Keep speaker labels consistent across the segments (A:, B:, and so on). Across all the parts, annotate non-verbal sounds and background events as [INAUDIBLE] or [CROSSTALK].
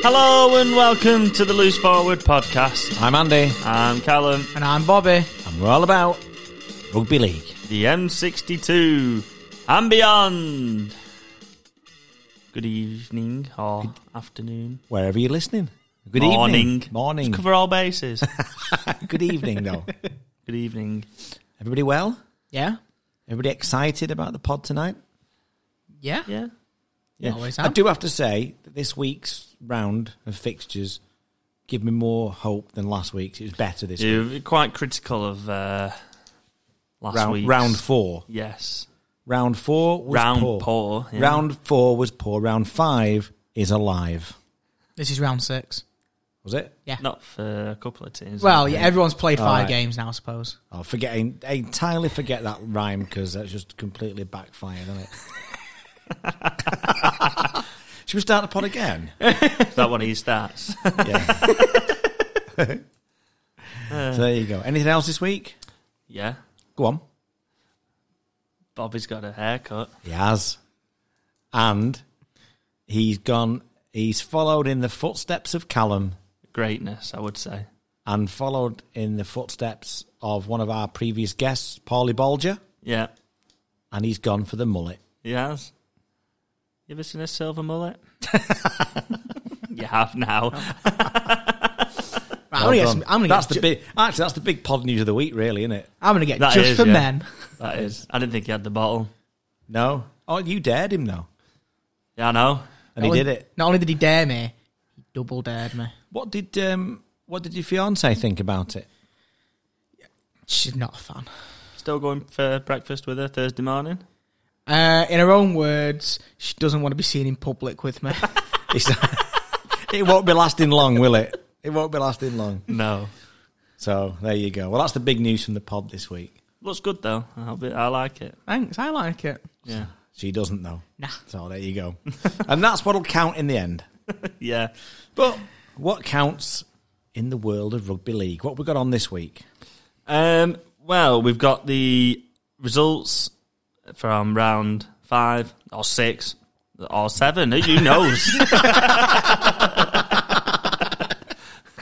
A: Hello and welcome to the Loose Forward podcast.
B: I'm Andy,
A: I'm Callum,
C: And I'm Bobby.
B: and we're all about rugby league.
A: the M62 and beyond. Good evening or afternoon.
B: Wherever you're listening. Good
A: morning.
B: evening. Morning.
A: Just cover all [LAUGHS] bases.
B: Good
A: [LAUGHS]
B: evening, though.
A: Good evening.
B: Everybody well?
C: Yeah?
B: Everybody excited about the pod tonight?
C: Yeah?
A: Yeah.
B: Yeah.
C: Always
B: I
C: am.
B: do have to say that this week's round of fixtures give me more hope than last week's. It was better this week.
A: You're quite critical of uh, last
B: Round,
A: week's.
B: round four.
A: Yes.
B: Round four was
A: Round
B: poor.
A: poor, yeah.
B: Round four was poor. Round five is alive.
C: This is round six.
B: Was it?
A: Not for a couple of teams.
C: Well, yeah, everyone's played five
B: right.
C: games now, I suppose.
B: Oh, forgetting I entirely forget that rhyme because that's just completely backfired, isn't it? Should we start the pod again?
A: Is that one of your stats?
B: Yeah. so there you go. Anything else this week?
A: [LAUGHS] yeah.
B: Go on.
A: Bobby's got a haircut.
B: He has, and he's gone. He's followed in the footsteps of Callum
A: Greatness, I would say.
B: and followed in the footsteps of one of our previous guests, Paulie Bolger,
A: Yeah.
B: and he's gone for the mullet.
A: He has. You ever seen a silver mullet? [LAUGHS] you have now.
C: Right, I'm gonna
B: Well
C: get
B: done.
C: some- I'm gonna
B: that's
C: get
B: the
C: ju-
B: big. Actually, that's the big pod news of the week, really, isn't it?
C: I'm going to get
A: That
C: just
A: is,
C: for
A: yeah.
C: men.
A: That is. I didn't think he had the bottle.
B: No. Oh, you dared him though,
A: Yeah, I know.
B: and he
C: Not
B: did
C: only-
B: it.
C: Not only did he dare me, he double dared me.
B: What did um What did your fiance think about it?
C: She's not a fan.
A: Still going for breakfast with her Thursday morning.
C: Uh, in her own words, she doesn't want to be seen in public
B: [LAUGHS]
C: with me.
B: It's, [LAUGHS] it won't be lasting long, will it? It won't be lasting long.
A: No.
B: So there you go. Well, that's the big news from the pod this week.
A: Looks good though. I'll be, I like it.
C: Thanks, I like it.
A: Yeah.
B: She doesn't though.
C: Nah.
B: So there you [LAUGHS] go. and that's what'll count in the end.
A: [LAUGHS] Yeah.
B: But what counts in the world of rugby league? What we got on this week?
A: Um, well, we've got the results from round five or six or seven. Who knows? [LAUGHS]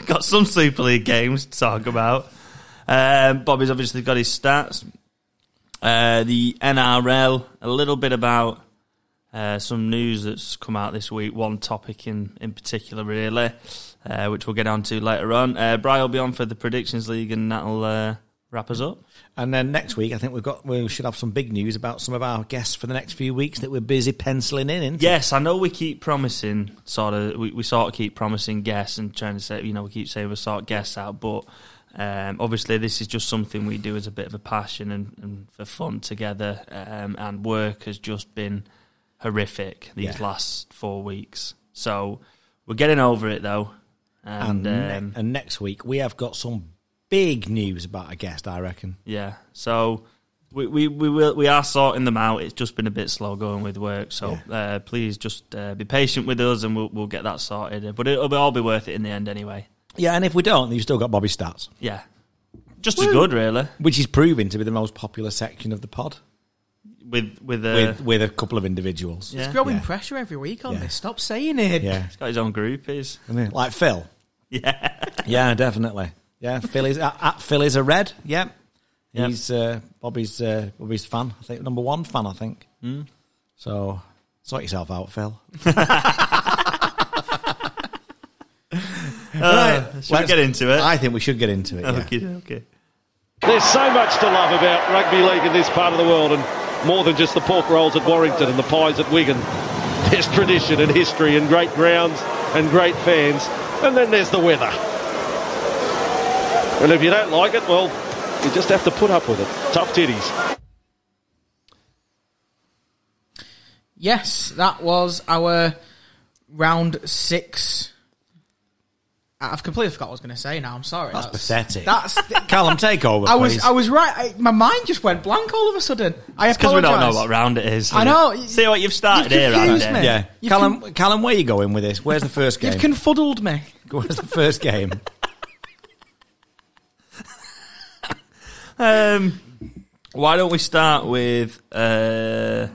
A: got some Super League games to talk about. Um, Bobby's obviously got his stats. Uh, the NRL, a little bit about uh, some news that's come out this week. One topic in, in particular, really, uh, which we'll get on to later on. Uh, Bri will be on for the Predictions League, and that'll uh, wrap us up.
B: And then next week, I think we've got we should have some big news about some of our guests for the next few weeks that we're busy penciling in. isn't it?
A: Yes, I know we keep promising sort of we, we sort of keep promising guests and trying to say you know we keep saying we sort guests out, but um, obviously this is just something we do as a bit of a passion and, and for fun together. Um, and work has just been horrific these
B: Yeah.
A: last four weeks, so we're getting over it though. And,
B: And, ne-
A: um,
B: and next week we have got some big news about a guest, I reckon.
A: yeah, so. We, we we will we are sorting them out. It's just been a bit slow going with work, so uh, please just uh, be patient with us, and we'll we'll get that sorted. But it'll be, all be worth it in the end, anyway.
B: Yeah, and if we don't, you've still got Bobby Stats,
A: Yeah, just as good, really.
B: which is proving to be the most popular section of the pod
A: With with, uh,
B: with with a couple of individuals.
A: yeah,
C: It's growing
B: Yeah.
C: pressure every week on
B: Yeah.
C: this. Stop saying it.
B: Yeah,
A: he's got his own groupies.
B: I mean, like Phil.
A: [LAUGHS] Yeah,
B: Yeah, definitely. Yeah, Phil is at, at Phil is a red. Yep.
A: Yep.
B: He's uh, Bobby's uh, Bobby's fan. I think number one fan. I think. So sort yourself out, Phil.
A: uh,
B: Right,
A: should we
B: let's-
A: get into it?
B: I think we should get into it. yeah.
A: Okay, okay.
D: There's so much to love about rugby league in this part of the world, and more than just the pork rolls at Warrington and the pies at Wigan. [LAUGHS] There's tradition and history, and great grounds and great fans, and then there's the weather. And if you don't like it, well, you just have to put up with it. Tough titties.
C: Yes, that was our round six. I've completely forgot what I was going to say now. I'm sorry.
B: That's pathetic.
C: That's.
B: Callum, take over.
C: I was.
B: please.
C: I was right. I, my mind just went blank all of a sudden. I
A: Because we
C: apologize.
A: don't know what round it is.
C: I know.
A: See what you've started
C: You've
A: here,
C: confused
A: Andy.
C: me.
B: Yeah,
C: You've
B: Callum, Callum, where you going with this? Where's the first game?
C: You've confuddled me.
B: Where's the first game?
A: Um, why don't we start with? Uh,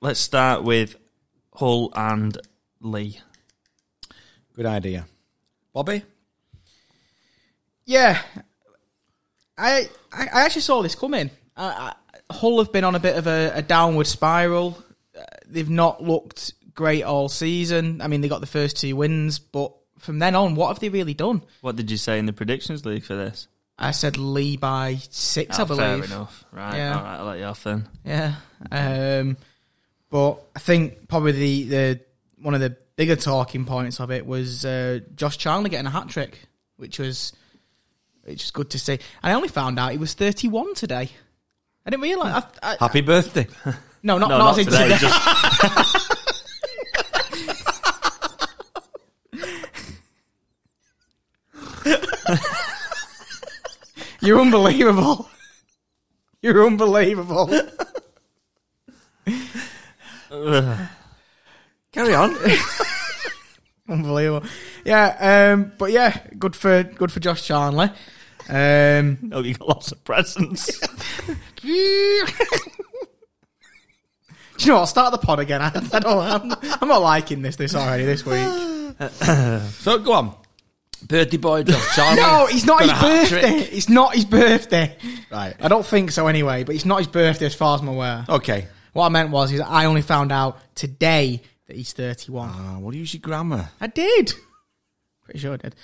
A: let's start with Hull and Lee.
B: Good idea. Bobby?
C: Yeah, I I, I actually saw this coming. I, I, Hull have been on a bit of a, a downward spiral. Uh, they've not looked great all season. I mean, they got the first two wins, but from then on, what have they really done?
A: What did you say in the predictions league for this?
C: I said Lee by six, I
A: Ah,
C: believe.
A: Fair enough. Right.
C: Yeah.
A: All right. I'll let you off then.
C: Yeah. Um, but I think probably the, the one of the bigger talking points of it was uh, Josh Chandler getting a hat trick, which was which was good to see. And I only found out he was 31 today. I didn't realise. I, I,
B: Happy [LAUGHS] birthday.
C: no, not,
A: No,
C: not,
A: not
C: as in
A: today.
C: today. [LAUGHS]
A: Just
C: You're unbelievable. [LAUGHS] You're unbelievable.
B: Carry on.
C: unbelievable. Yeah. Um, but yeah, good for good for Josh Chandler. Um,
A: oh, you got lots of
B: [LAUGHS]
A: presents.
C: Do [LAUGHS] you know what? I'll start the pod again. [LAUGHS] I, I don't, I'm, I'm not liking this this already this week.
B: [LAUGHS] so go on. Birthday boy, Josh Charlie.
C: [SIGHS] No, it's not
B: Got
C: his
B: a hat trick.
C: birthday. It's not his birthday.
B: Right.
C: I don't think so anyway, but it's not his birthday as far as I'm aware.
B: Okay.
C: What I meant was is I only found out today that he's 31.
B: Uh, what do you use your grammar?
C: I did. Pretty sure I did.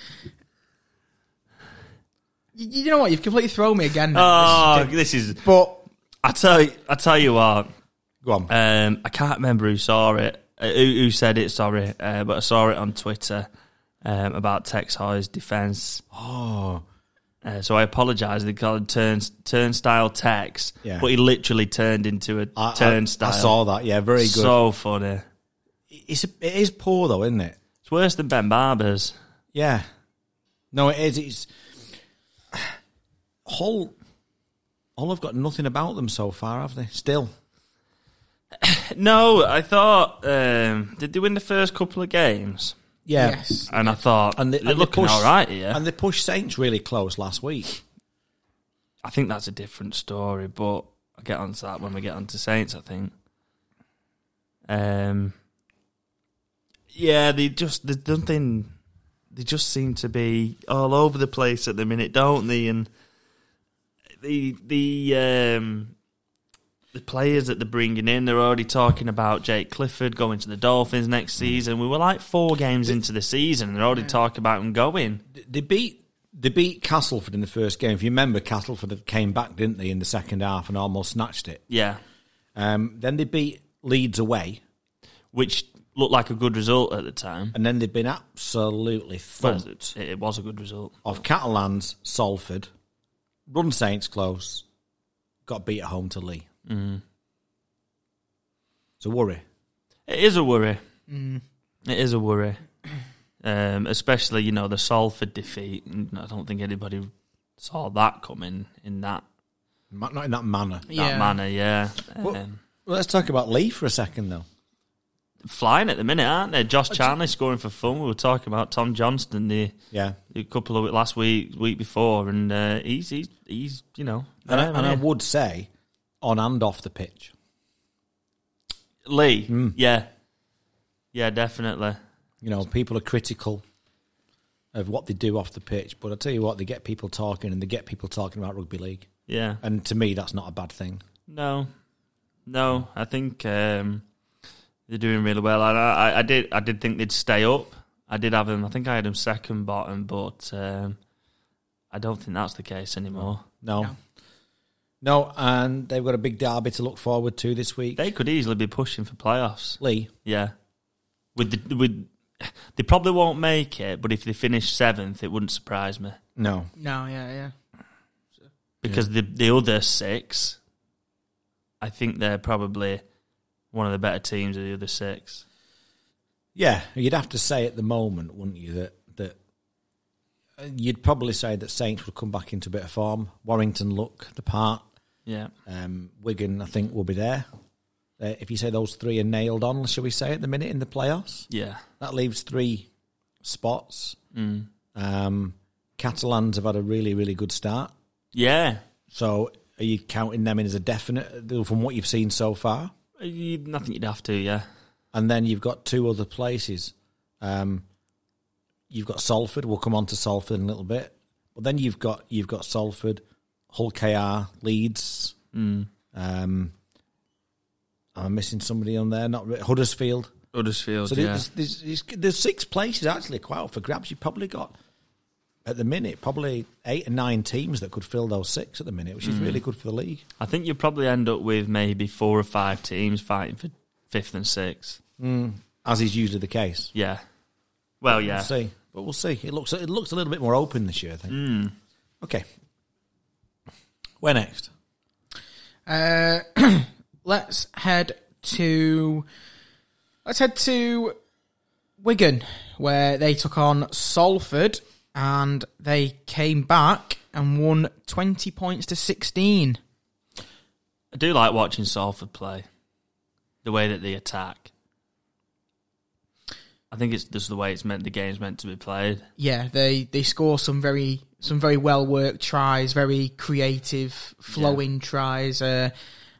C: You, you know what? You've completely thrown me again. now.
A: oh,
C: This is-
A: this is.
C: but
A: I tell you. I tell you what.
B: Go on.
A: Um, I can't remember who saw it, uh, who, who said it. Sorry, uh, but I saw it on Twitter um, about Tex Hoy's defence.
B: oh.
A: Uh, so I apologise. They called turn, turnstile Tex,
B: Yeah.
A: but he literally turned into a
B: I, I-
A: turnstile.
B: I, saw that. Yeah, very good.
A: So funny.
B: it's it is poor though, isn't it?
A: It's worse than Ben Barber's.
B: Yeah. No, it is. [SIGHS] It's Hull. Hull have got nothing about them so far, have they? Still.
A: No, I thought. Um, did they win the first couple of games?
B: Yeah.
C: yes.
A: And I thought, and
B: And they-
A: they,
B: and
A: are
B: they
A: looking
B: pushed-
A: all right here.
B: And they pushed Saints really close last week.
A: I think that's a different story, but I'll get onto that when we get onto Saints, I think. Um Yeah, they just there's nothing they just seem to be all over the place at the minute, don't they? And the the um the players that they're bringing in, they're already talking about Jake Clifford going to the Dolphins next season. We were like four games into the season, and they're already talking about him going.
B: They beat they beat Castleford in the first game. If you remember, Castleford came back, didn't they, in the second half and almost snatched it.
A: Yeah,
B: Um, then they beat Leeds away,
A: which looked like a good result at the time.
B: and then they've been absolutely
A: Well,
B: thumped
A: it, it was a good result.
B: of Catalans, Salford, run Saints close, got beat at home to Lee. Mm. It's a worry.
A: It is a worry. Mm. It is a worry, um, especially you know the Salford defeat. And I don't think anybody saw that coming in that
B: Ma- Not in that manner.
A: that
C: Yeah.
A: manner. Yeah, um,
B: Well, let's talk about Lee for a second, though.
A: flying at the minute, aren't they? Josh Charney scoring for fun. We were talking about Tom Johnston the,
B: Yeah.
A: the couple of last week, week before, and uh, he's, he's he's you know
B: And, I,
A: there,
B: and I
A: isn't he?
B: would say on and off the pitch.
A: Lee, yeah, yeah, definitely.
B: You know, people are critical of what they do off the pitch, but I tell you what, they get people talking and they get people talking about rugby league.
A: Yeah,
B: And to me, that's not a bad thing.
A: No, no. I think um, they're doing really well. And I, I, I did, I did think they'd stay up. I did have them. I think I had them second bottom, but um, I don't think that's the case anymore.
B: No.
C: No.
B: no. and they've got a big derby to look forward to this week.
A: They could easily be pushing for playoffs.
B: Lee,
A: Yeah, with the with. They probably won't make it, but if they finish seventh, it wouldn't surprise me
B: no.
C: No, yeah, yeah.
A: because the the other six, I think they're probably one of the better teams of the other six.
B: Yeah, you'd have to say at the moment, wouldn't you, that that uh, you'd probably say that Saints would come back into a bit of form. Warrington look the part.
A: Yeah,
B: Um, Wigan, I think, will be there. Uh, if you say those three are nailed on, shall we say, at the minute in the playoffs,
A: yeah.
B: that leaves three spots. Um, Catalans have had a really, really good start.
A: Yeah,
B: So are you counting them in as a definite though, from what you've seen so far?
A: You'd, I think you'd have to, yeah.
B: And then you've got two other places. Um, you've got Salford. We'll come on to Salford in a little bit, but then you've got you've got Salford, Hull KR, Leeds. Um, am I missing somebody on there? Not re- Huddersfield.
A: Huddersfield,
B: So
A: yeah.
B: there's, there's, there's, there's six places actually quite up for grabs. You probably got at the minute probably eight or nine teams that could fill those six at the minute, which is really good for the league.
A: I think you'll probably end up with maybe four or five teams fighting for fifth and sixth.
B: as is usually the case.
A: Yeah. Well, yeah.
B: We'll see, Hmm. but we'll see. It looks it looks a little bit more open this year. I think. Okay. Where next?
C: Uh, [CLEARS THROAT] let's head to let's head to Wigan, where they took on Salford and they came back and won twenty points to sixteen.
A: I do like watching Salford play. The way that they attack. I think it's just the way it's meant the game's meant to be played.
C: Yeah, they they score some very some very well worked tries, very creative, flowing tries. Uh,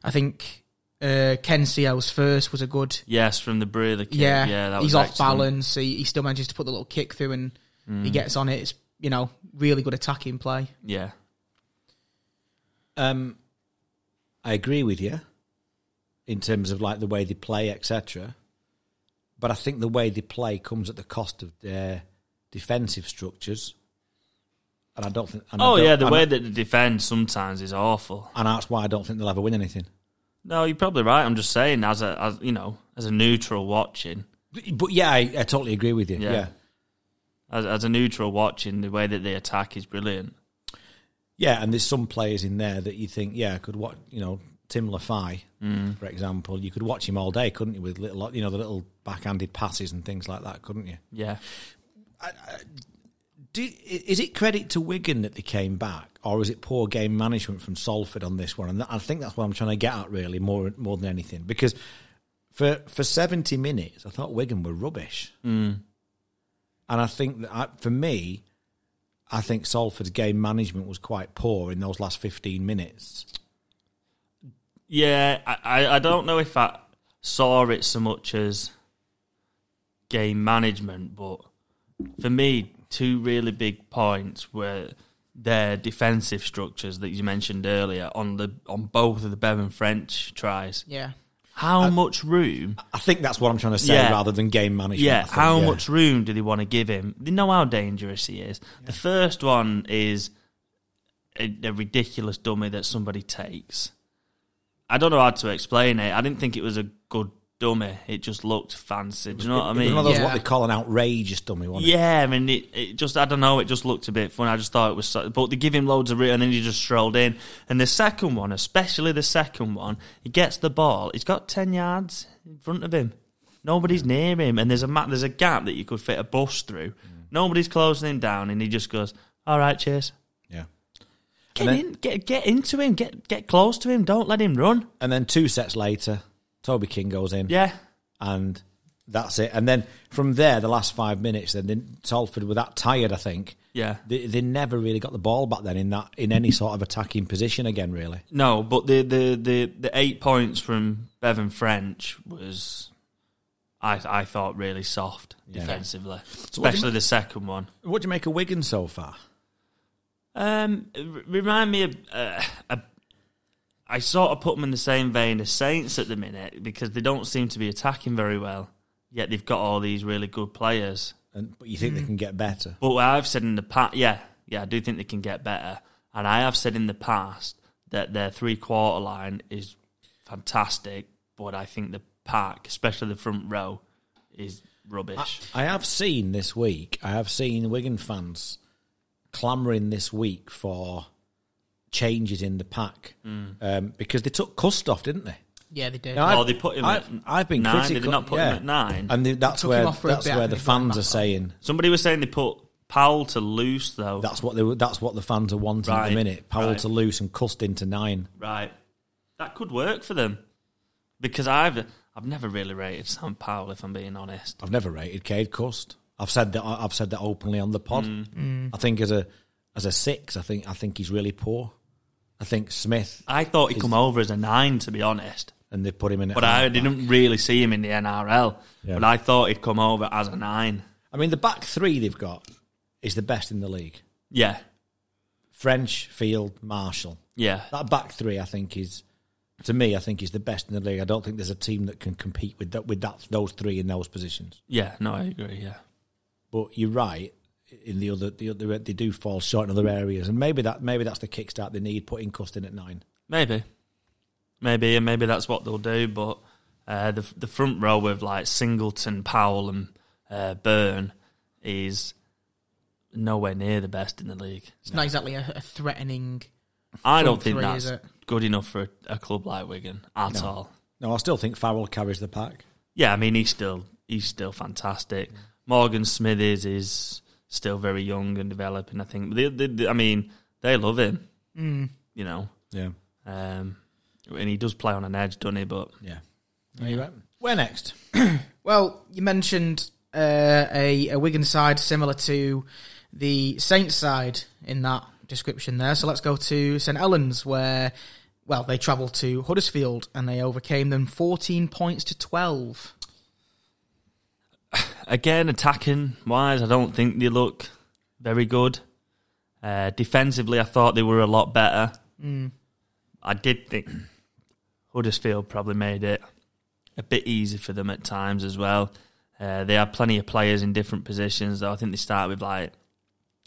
C: I think uh, Ken Seo's first was a good
A: Yes, from the Brewer the kid.
C: Yeah,
A: Yeah, that was
C: he's off
A: excellent. Mm.
C: balance. He, he still manages to put the little kick through, and he gets on it. It's you know really good attacking play.
A: Yeah.
B: Um, I agree with you in terms of like the way they play, etc. But I think the way they play comes at the cost of their defensive structures, and I don't think. And I
A: Oh
B: don't-
A: yeah, the
B: and-
A: way that they defend sometimes is awful.
B: and that's why I don't think they'll ever win anything.
A: No, you're probably right. I'm just saying, as a as you know, as a neutral watching,
B: But yeah, I, I totally agree with you.
A: Yeah.
B: yeah.
A: as, as a neutral watching, the way that they attack is brilliant.
B: Yeah, and there's some players in there that you think, yeah, I could watch, you know, Tim LaFi, for example, you could watch him all day, couldn't you, with little, you know, the little backhanded passes and things like that, couldn't you?
A: Yeah,
B: Do, is it credit to Wigan that they came back, or is it poor game management from Salford on this one? And that, I think that's what I'm trying to get at, really, more more than anything, because for for 70 minutes, I thought Wigan were rubbish, and I think that I, for me, I think Salford's game management was quite poor in those last 15 minutes.
A: yeah. I, I- I don't know if I saw it so much as game management, but for me, two really big points were their defensive structures that you mentioned earlier on the on both of the Bevan French tries.
C: Yeah,
A: How much room
B: I think that's what I'm trying to say,
A: Yeah.
B: rather than game management. I
A: Yeah,
B: think,
A: how much room do they want to give him? They know how dangerous he is. The first one is a, a ridiculous dummy that somebody takes. I don't know how to explain it. I didn't think it was a good dummy. It just looked fancy. Do you know what I
B: It was
A: mean?
B: one of those
C: Yeah.
B: what they call an outrageous dummy, wasn't it?
A: Yeah, I mean, it, it just, I don't know, it just looked a bit funny. I just thought it was, so- but they give him loads of room and then he just strolled in. And the second one, especially the second one, he gets the ball, he's got 10 yards in front of him. Nobody's near him and there's a ma- there's a gap that you could fit a bus through. Nobody's closing him down and he just goes, all right, cheers.
B: Yeah.
A: Get
B: then-
A: in, get get into him, get get close to him. Don't let him run.
B: And then two sets later, Toby King goes in.
A: Yeah,
B: and that's it. And then from there, the last five minutes, then then Salford were that tired. I think
A: yeah.
B: they, they never really got the ball back then in that in any sort of attacking position again. Really,
A: No, but the the the, the eight points from Bevan French was, I I thought really soft defensively,
B: what do you
A: especially the second one.
B: what do you make of Wigan so far?
A: Um, r- remind me of. Uh, a, I sort of put them in the same vein as Saints at the minute because they don't seem to be attacking very well. Yet they've got all these really good players.
B: And but you think
A: Hmm.
B: they can get better?
A: But what I've said in the past, yeah, yeah, I do think they can get better. And I have said in the past that their three quarter line is fantastic, but I think the pack, especially the front row, is rubbish.
B: I have seen this week. I have seen Wigan fans clamouring this week for changes in the pack um, because they took Cust off, didn't they?
C: yeah, they did.
B: Now, I've-
A: Oh, Mm. they put him
B: I've,
A: at
B: I've been
A: nine. Did they
B: critical.
A: not put him at nine?
B: And they- that's
C: took
B: where
C: him off for a
B: that's
C: bit,
B: where
C: and
B: the
C: he brought him
B: fans
C: back
B: are
C: on.
B: saying
A: Somebody was saying they put Powell to loose, though.
B: That's what they were, that's what the fans are wanting at
A: Right,
B: the minute. Powell
A: right.
B: to loose and Cust into nine.
A: right. That could work for them. Because I've I've never really rated Sam Powell, if I'm being honest.
B: I've never rated Cade Cust. I've said that I've said that openly on the pod.
A: Mm.
C: Mm.
B: I think as a as a six, I think I think he's really poor. I think Smith
A: I thought he'd come over as a nine, to be honest.
B: and they put him in. at
A: But
B: nine.
A: I didn't really see him in the NRL.
B: Ah, Yeah.
A: But I thought he'd come over as a nine.
B: I mean, the back three they've got is the best in the league.
A: Yeah,
B: French, Field, Marshall.
A: yeah,
B: That back three, I think, is to me, I think, is the best in the league. I don't think there's a team that can compete with that with that those three in those positions.
A: yeah. No, I agree. Yeah,
B: But you're right in the other the other they do fall short in other areas, and maybe that maybe that's the kickstart they need. Putting Cust in at nine.
A: maybe, maybe, and maybe that's what they'll do. But uh, the the front row with like Singleton, Powell, and uh, Byrne is nowhere near the best in the league.
C: It's not exactly a, a threatening.
A: I don't
C: Front
A: think
C: three,
A: that's
C: is it?
A: good enough for a, a club like Wigan at all.
B: No, I still think Farrell carries the pack.
A: Yeah, I mean he's still he's still fantastic. Morgan Smithers is still very young and developing. I think they, they, they- I mean they love him.
C: Mm,
A: You know,
B: Yeah,
A: um, and he does play on an edge, doesn't he? But
B: yeah. Are you right? Where next?
C: [CLEARS THROAT] Well, you mentioned uh, a, a Wigan side similar to the Saints side in that description there. So let's go to St Helens, where, well, they travelled to Huddersfield and they overcame them 14 points to 12.
A: again, attacking wise, I don't think they look very good. Uh, defensively, I thought they were a lot better. I did think [CLEARS THROAT] Huddersfield probably made it a bit easy for them at times as well. Uh, they had plenty of players in different positions, though. I think they started with like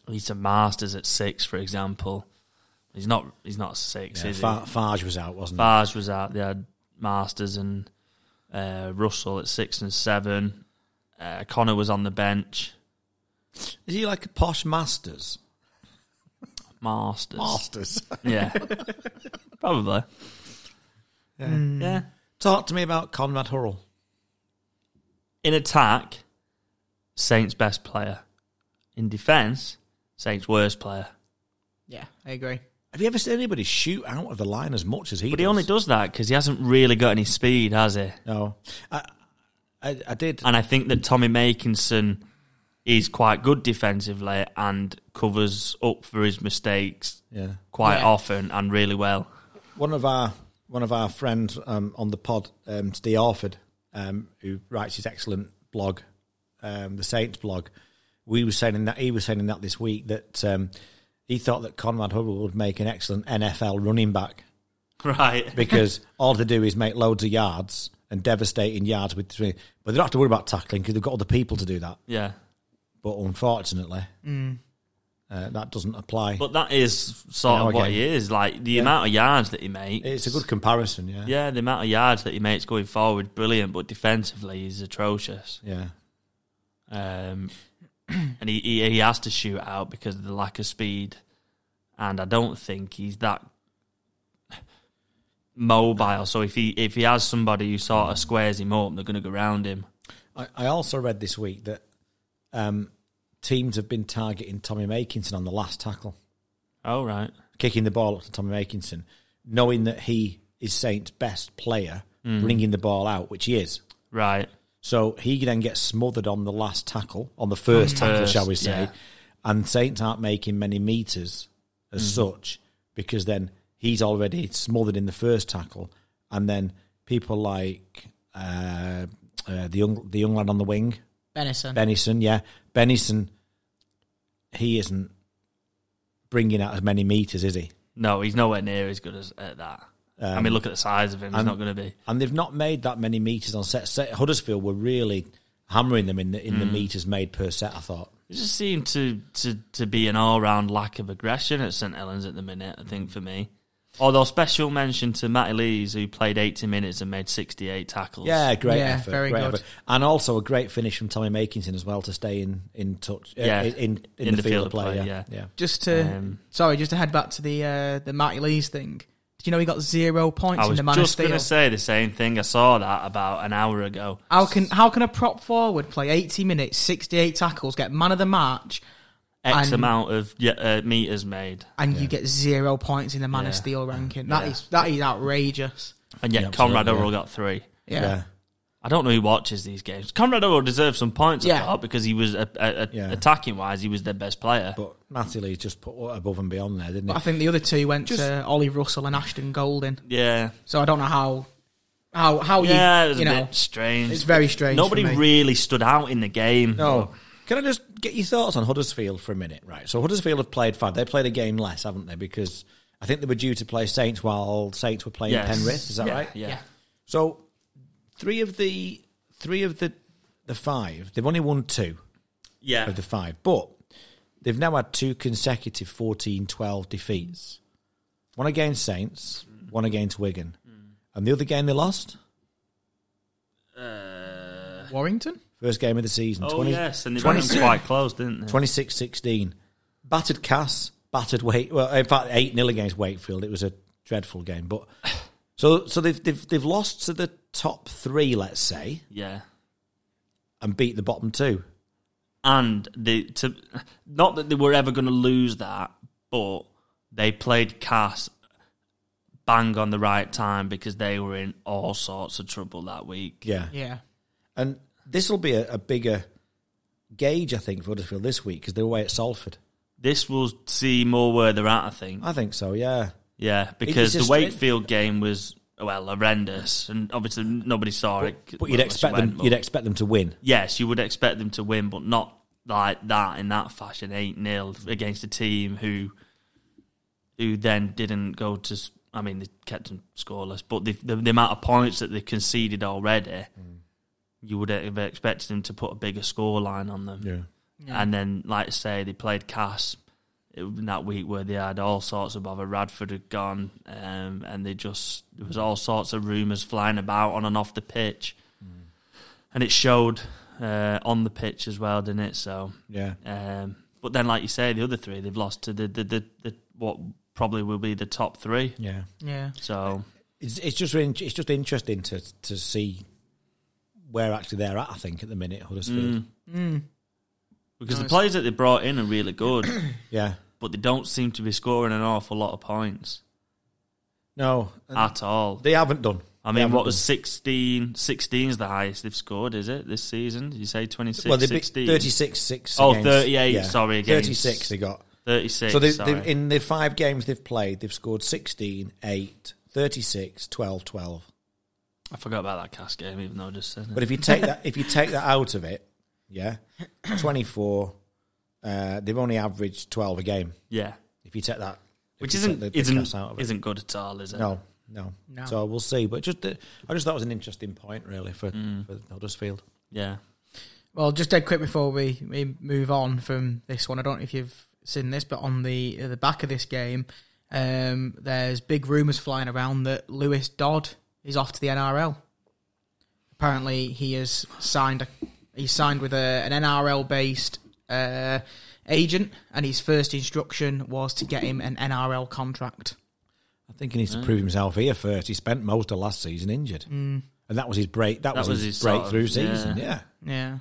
A: Lisa Masters at six, for example. He's not. He's not six.
B: Yeah,
A: is he?
B: Far- Farge was out, wasn't it?
A: Barge was out. They had Masters and uh, Russell at six and seven. Uh, Connor was on the bench.
B: Is he like a posh Masters?
A: Masters.
B: Masters.
A: [LAUGHS] Yeah. Probably.
B: Yeah.
A: Yeah.
B: Talk to me about Conrad Hurrell.
A: In attack, Saints' best player. In defence, Saints' worst player.
C: Yeah, I agree.
B: Have you ever seen anybody shoot out of the line as much as he?
A: But
B: does?
A: he only does that because he hasn't really got any speed, has he?
B: No, I, I, I did.
A: And I think that Tommy Makinson is quite good defensively and covers up for his mistakes
B: yeah,
A: quite
C: Yeah.
A: often and really well.
B: one of our one of our friends um, on the pod, um, Steve Orford, um, who writes his excellent blog, um, the Saints blog. We were saying in that he was saying in that this week that um, he thought that Conrad Hubble would make an excellent NFL
A: [LAUGHS]
B: running back
A: [LAUGHS] Right.
B: because all they do is make loads of yards and devastating yards with, but they don't have to worry about tackling because they've got other people to do that.
A: Yeah.
B: But unfortunately, uh, that doesn't apply.
A: But that is sort
B: Now
A: of what
B: again.
A: he is. Like the amount of yards that he makes.
B: it's a good comparison, yeah.
A: Yeah, the amount of yards that he makes going forward, brilliant, but defensively he's atrocious.
B: Yeah.
A: Um, [CLEARS THROAT] and he, he he has to shoot out because of the lack of speed. And I don't think he's that mobile. So if he if he has somebody who sort of squares him up, they're going to go round him.
B: I, I also read this week that um, teams have been targeting Tommy Makinson on the last tackle,
A: Oh right,
B: kicking the ball up to Tommy Makinson, knowing that he is Saints' best player, bringing the ball out, which he is.
A: right,
B: So he then gets smothered on the last tackle, on the first tackle,
A: Mm. First,
B: shall we say.
A: yeah.
B: And Saints aren't making many meters as
A: Mm-hmm.
B: such because then he's already smothered in the first tackle, and then people like uh, uh, the young the young lad on the wing,
C: Benison.
B: Benison, yeah, Benison, he isn't bringing out as many meters, is he?
A: no, he's nowhere near as good as at that. I mean, look at the size of him. He's not going to be.
B: Um, and they've not made that many meters on set. set Huddersfield were really hammering them in the in
A: Mm.
B: the meters made per set. I thought.
A: It just seemed to, to, to be an all round lack of aggression at St Helens at the minute, I think, for me. Although special mention to Matty Lees, who played 80 minutes and made 68 tackles.
B: Yeah, great
C: Yeah,
B: effort.
C: very
B: great
C: good.
B: effort. And also a great finish from Tommy Makinson as well to stay in in touch. uh,
A: Yeah,
B: in, in, in the, field of play. yeah. yeah,
C: Just to
A: Um,
C: sorry, just to head back to the uh, the Matty Lees thing. Did you know he got zero points
A: I
C: in
A: was
C: the Man of
A: just
C: Steel?
A: going to say the same thing. I saw that about an hour ago.
C: how can how can a prop forward play eighty minutes, sixty eight tackles, get man of the match,
A: X
C: And-
A: amount of yeah, uh, meters made.
C: and you get zero points in the Man of
A: Yeah.
C: Steel ranking? That is that is outrageous.
A: And yet
B: Yeah,
A: Conrad
B: absolutely,
A: Orwell got three.
C: Yeah.
B: Yeah.
A: I don't know who watches these games. Conrad Orwell deserves some points, I
C: Yeah.
A: thought, because he was, a, a, a-
B: Yeah.
A: attacking wise, he was their best player.
B: But Matty Lee's just put above and beyond there, didn't
C: But I
B: he?
C: think the other two went
B: Just-
C: to Ollie Russell and Ashton Golden.
A: yeah.
C: So I don't know how how how
A: Yeah, it
C: you
A: was
C: you
A: a
C: know
A: bit strange.
C: it's very strange.
A: Nobody
C: for me.
A: really stood out in the game.
B: No, Can I just get your thoughts on Huddersfield for a minute? Right. So Huddersfield have played five. They played a game less, haven't they? Because I think they were due to play Saints while Saints were playing
A: Yes.
B: Penrith. Is that
A: Yeah,
B: right?
A: Yeah.
C: Yeah.
B: So three of the three of the the five, they've only won two
A: Yeah.
B: of the five, but they've now had two consecutive 14-12 defeats. One against Saints, one against Wigan, and the other game they lost.
C: Warrington?
B: First game of the season.
A: Oh
B: 20
A: yes, and they ran them quite close, didn't they?
B: 26-16. Battered Cass, battered Wake. Well, in fact, eight 0 against Wakefield. It was a dreadful game, but so so they've they've they've lost to the top three, let's say,
A: Yeah.
B: and beat the bottom two.
A: and they to not that they were ever going to lose that, but they played Cass bang on the right time because they were in all sorts of trouble that week.
B: Yeah,
C: Yeah.
B: and this will be a, a bigger gauge, I think, for Huddersfield this week because they're away at Salford.
A: This will see more where they're at, I think.
B: I think so. Yeah,
A: Yeah, because
B: Uh, just-
A: the Wakefield game was well horrendous, and obviously nobody saw it.
B: but
A: unless
B: you'd
A: you
B: expect them.
A: went,
B: You'd
A: but-
B: expect them to win.
A: yes, you would expect them to win, but not like that in that fashion, eight 0 against a team who, who then didn't go to. s- I mean, they kept them scoreless, but the, the, the amount of points that they conceded already, you would have expected them to put a bigger score line on them.
B: Yeah,
A: And then, like I say, they played Cass it- in that week where they had all sorts of other Radford had gone, um, and they just there was all sorts of rumours flying about on and off the pitch, and it showed uh, on the pitch as well, didn't it? So,
B: yeah.
A: um, but then, like you say, the other three they've lost to the the, the, the what probably will be the top three.
B: Yeah,
C: Yeah.
A: So
B: it's it's just really, it's just interesting to to see where actually they're at. I think at the minute
A: Mm.
B: Huddersfield.
A: because the players that they brought in are really good,
B: Yeah,
A: but they don't seem to be scoring an awful lot of points
B: no, uh,
A: at all.
B: they haven't done.
A: I
B: They
A: mean,
B: haven't
A: what
B: done.
A: was 16? 16 is the highest they've scored, is it, this season? Did you say 26,
B: well, they beat
A: 16?
B: 36 6.
A: Oh,
B: against-
A: 38, sorry, against-
B: 36 they got.
A: 36,
B: so they,
A: sorry.
B: they've, in the five games they've played, they've scored 16, 8, 36, 12, 12.
A: I forgot about that cast game, even though I just said it.
B: But if you take that, if you take that out of it, yeah, 24, uh, they've only averaged 12 a game.
A: yeah.
B: If you take that, if
A: Which
B: you take
A: isn't,
B: the- the
A: isn't,
B: cuss out of it.
A: isn't good at all, is it?
B: no, no,
C: No.
B: So we'll see. But just, the, I just thought it was an interesting point, really, for,
A: Hmm.
B: for Huddersfield.
A: Yeah.
C: Well, just dead quick before we, we move on from this one, I don't know if you've seen this, but on the uh, the back of this game, um, there's big rumours flying around that Lewis Dodd is off to the NRL. Apparently, he has signed a, he's signed with a, an NRL based uh, agent, and his first instruction was to get him an NRL contract.
B: I think he needs
A: Hmm.
B: to prove himself here first. He spent most of last season injured, and that was his break. That, was, his,
A: sort of-
B: breakthrough
A: yeah.
B: season. Yeah.
C: Yeah.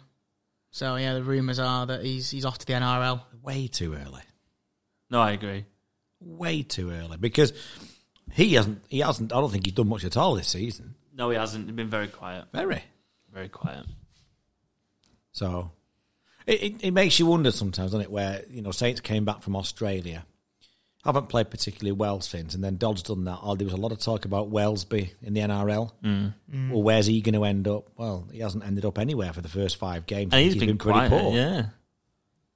C: So yeah, the rumours are that he's he's off to the NRL.
B: way too early,
A: No, I agree.
B: way too early because he hasn't. He hasn't. I don't think he's done much at all this season.
A: No, he hasn't. He's been very quiet.
B: Very
A: Very quiet.
B: so. It, it, it makes you wonder sometimes, doesn't it? Where you know Saints came back from Australia, haven't played particularly well since, and then Dodd's done that. Oh, there was a lot of talk about Wellesby in the NRL.
A: Mm.
B: Well, where's he going to end up? Well, he hasn't ended up anywhere for the first five games. I
A: And
B: think
A: he's been, quiet. Yeah.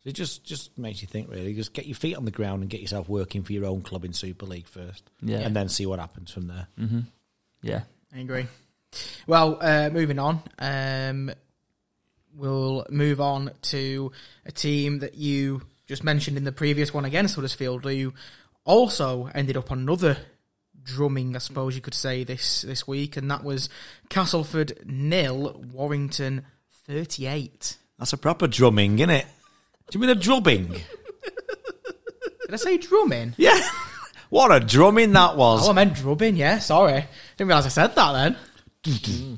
B: It just just makes you think, really. Just get your feet on the ground and get yourself working for your own club in Super League first,
A: Yeah. Mm-hmm.
B: and then see what happens from there.
A: Yeah.
C: I agree. Well, uh, moving on, um, we'll move on to a team that you just mentioned in the previous one against Huddersfield, who also ended up on another drumming, I suppose you could say, this, this week, and that was Castleford nil, Warrington 38.
B: That's a proper drumming, isn't it? Do you mean
A: [LAUGHS]
B: a drubbing?
C: Did I say drumming?
B: yeah, [LAUGHS] what a drumming that was!
C: Oh, I meant drubbing, yeah, sorry. Didn't realise I said that then.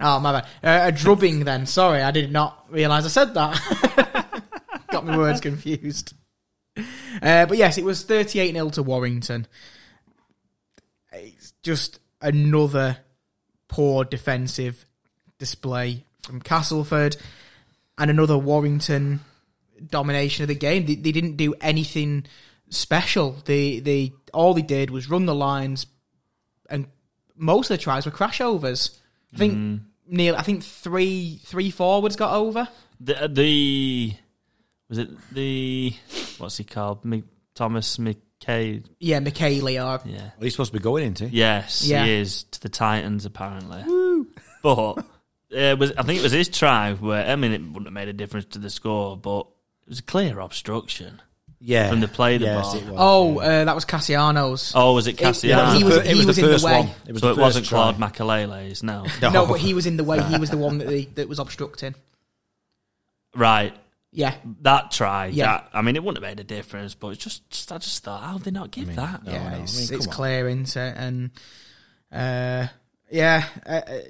C: oh, my bad. Uh, a drubbing then, sorry, I did not realise I said that. [LAUGHS] Got my words confused. Uh, but yes, it was 38 0 to Warrington. It's just another poor defensive display from Castleford and another Warrington domination of the game. They, they didn't do anything special. They they all they did
A: Mm.
C: was run the lines, and most of the tries were crash overs. I think nearly, I think three three forwards got over.
A: The, uh, the was it the what's he called? Mc, Thomas McKay.
C: Yeah, uh, McKaylee are.
A: Yeah.
B: He's supposed to be going into.
A: Yes,
C: Yeah.
A: he is to the Titans apparently. But it was I think it was his try where I mean it wouldn't have made a difference to the score, but it was a clear obstruction.
B: Yeah,
A: From the play the
B: yes,
A: ball.
B: It was.
C: Oh, uh, that was Cassiano's.
A: Oh, was it
C: yeah,
A: Cassiano?
C: he was-
B: It
C: he
B: the
C: was in the
B: first
C: way.
B: one. It was
A: so
B: the
A: it wasn't
B: first
A: Claude
B: try.
A: McAlealy's, no. [LAUGHS]
C: No, but he was in the way. He was the one that the, that was obstructing.
A: right.
C: Yeah,
A: That try.
C: Yeah.
A: that- I mean it wouldn't have made a difference, but it's just, just I just thought, how did they not give that?
C: yeah,
B: I mean,
C: it's,
B: come
C: it's
B: on.
C: clear into it, and uh, yeah, uh, uh,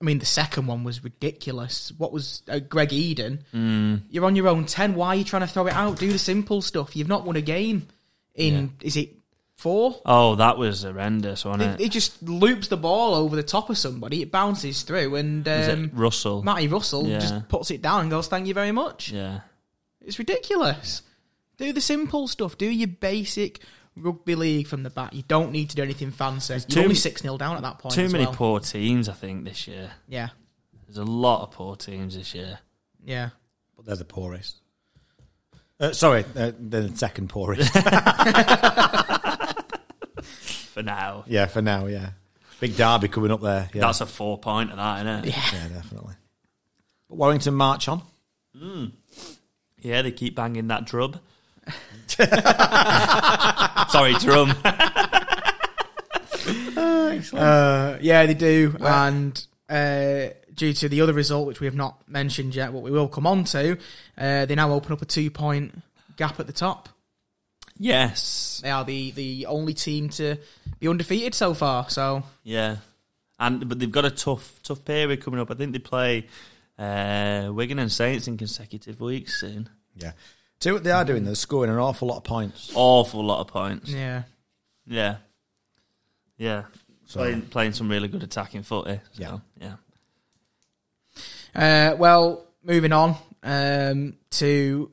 C: I mean the second one was ridiculous. What was uh, Greg Eden?
B: Hmm.
C: You're on your own ten. Why are you trying to throw it out? Do the simple stuff. You've not won a game in is it four?
A: Oh, that was horrendous, wasn't
C: It,
A: it?
C: it just loops the ball over the top of somebody. It bounces through, and
A: Was
C: um,
A: it Russell?
C: Matty Russell
A: Yeah.
C: just puts it down and goes, "Thank you very much."
A: yeah.
C: It's ridiculous. Do the simple stuff. Do your basic rugby league from the back. You don't need to do anything fancy. You're
A: too
C: only
A: m-
C: six 0 down at that point.
A: Too
C: as
A: many
C: well.
A: poor teams, I think, this year.
C: Yeah,
A: There's a lot of poor teams this year.
C: yeah.
B: But they're the poorest. Uh, sorry, uh, they're the
A: [LAUGHS]
B: second poorest.
A: For now.
B: yeah, for now. Yeah, big derby coming up there. Yeah,
A: That's a four point of that, isn't it? Yeah.
B: yeah, definitely. But Warrington march on.
A: they keep banging that drum. [LAUGHS] Sorry, drum.
C: Uh, yeah, they do. And uh, due to the other result, which we have not mentioned yet, what we will come on to, uh, they now open up a two point gap at the top.
A: yes.
C: They are the, the only team to be undefeated so far. So
A: Yeah. And but they've got a tough tough period coming up. I think they play uh, Wigan and Saints in consecutive weeks soon.
B: Yeah, see what they are doing. They're scoring an awful lot of points.
A: Awful lot of points.
C: yeah,
A: Yeah. Yeah. Playing, playing some really good attacking footy. So,
B: Yeah.
A: Yeah.
C: Uh, well, moving on um, to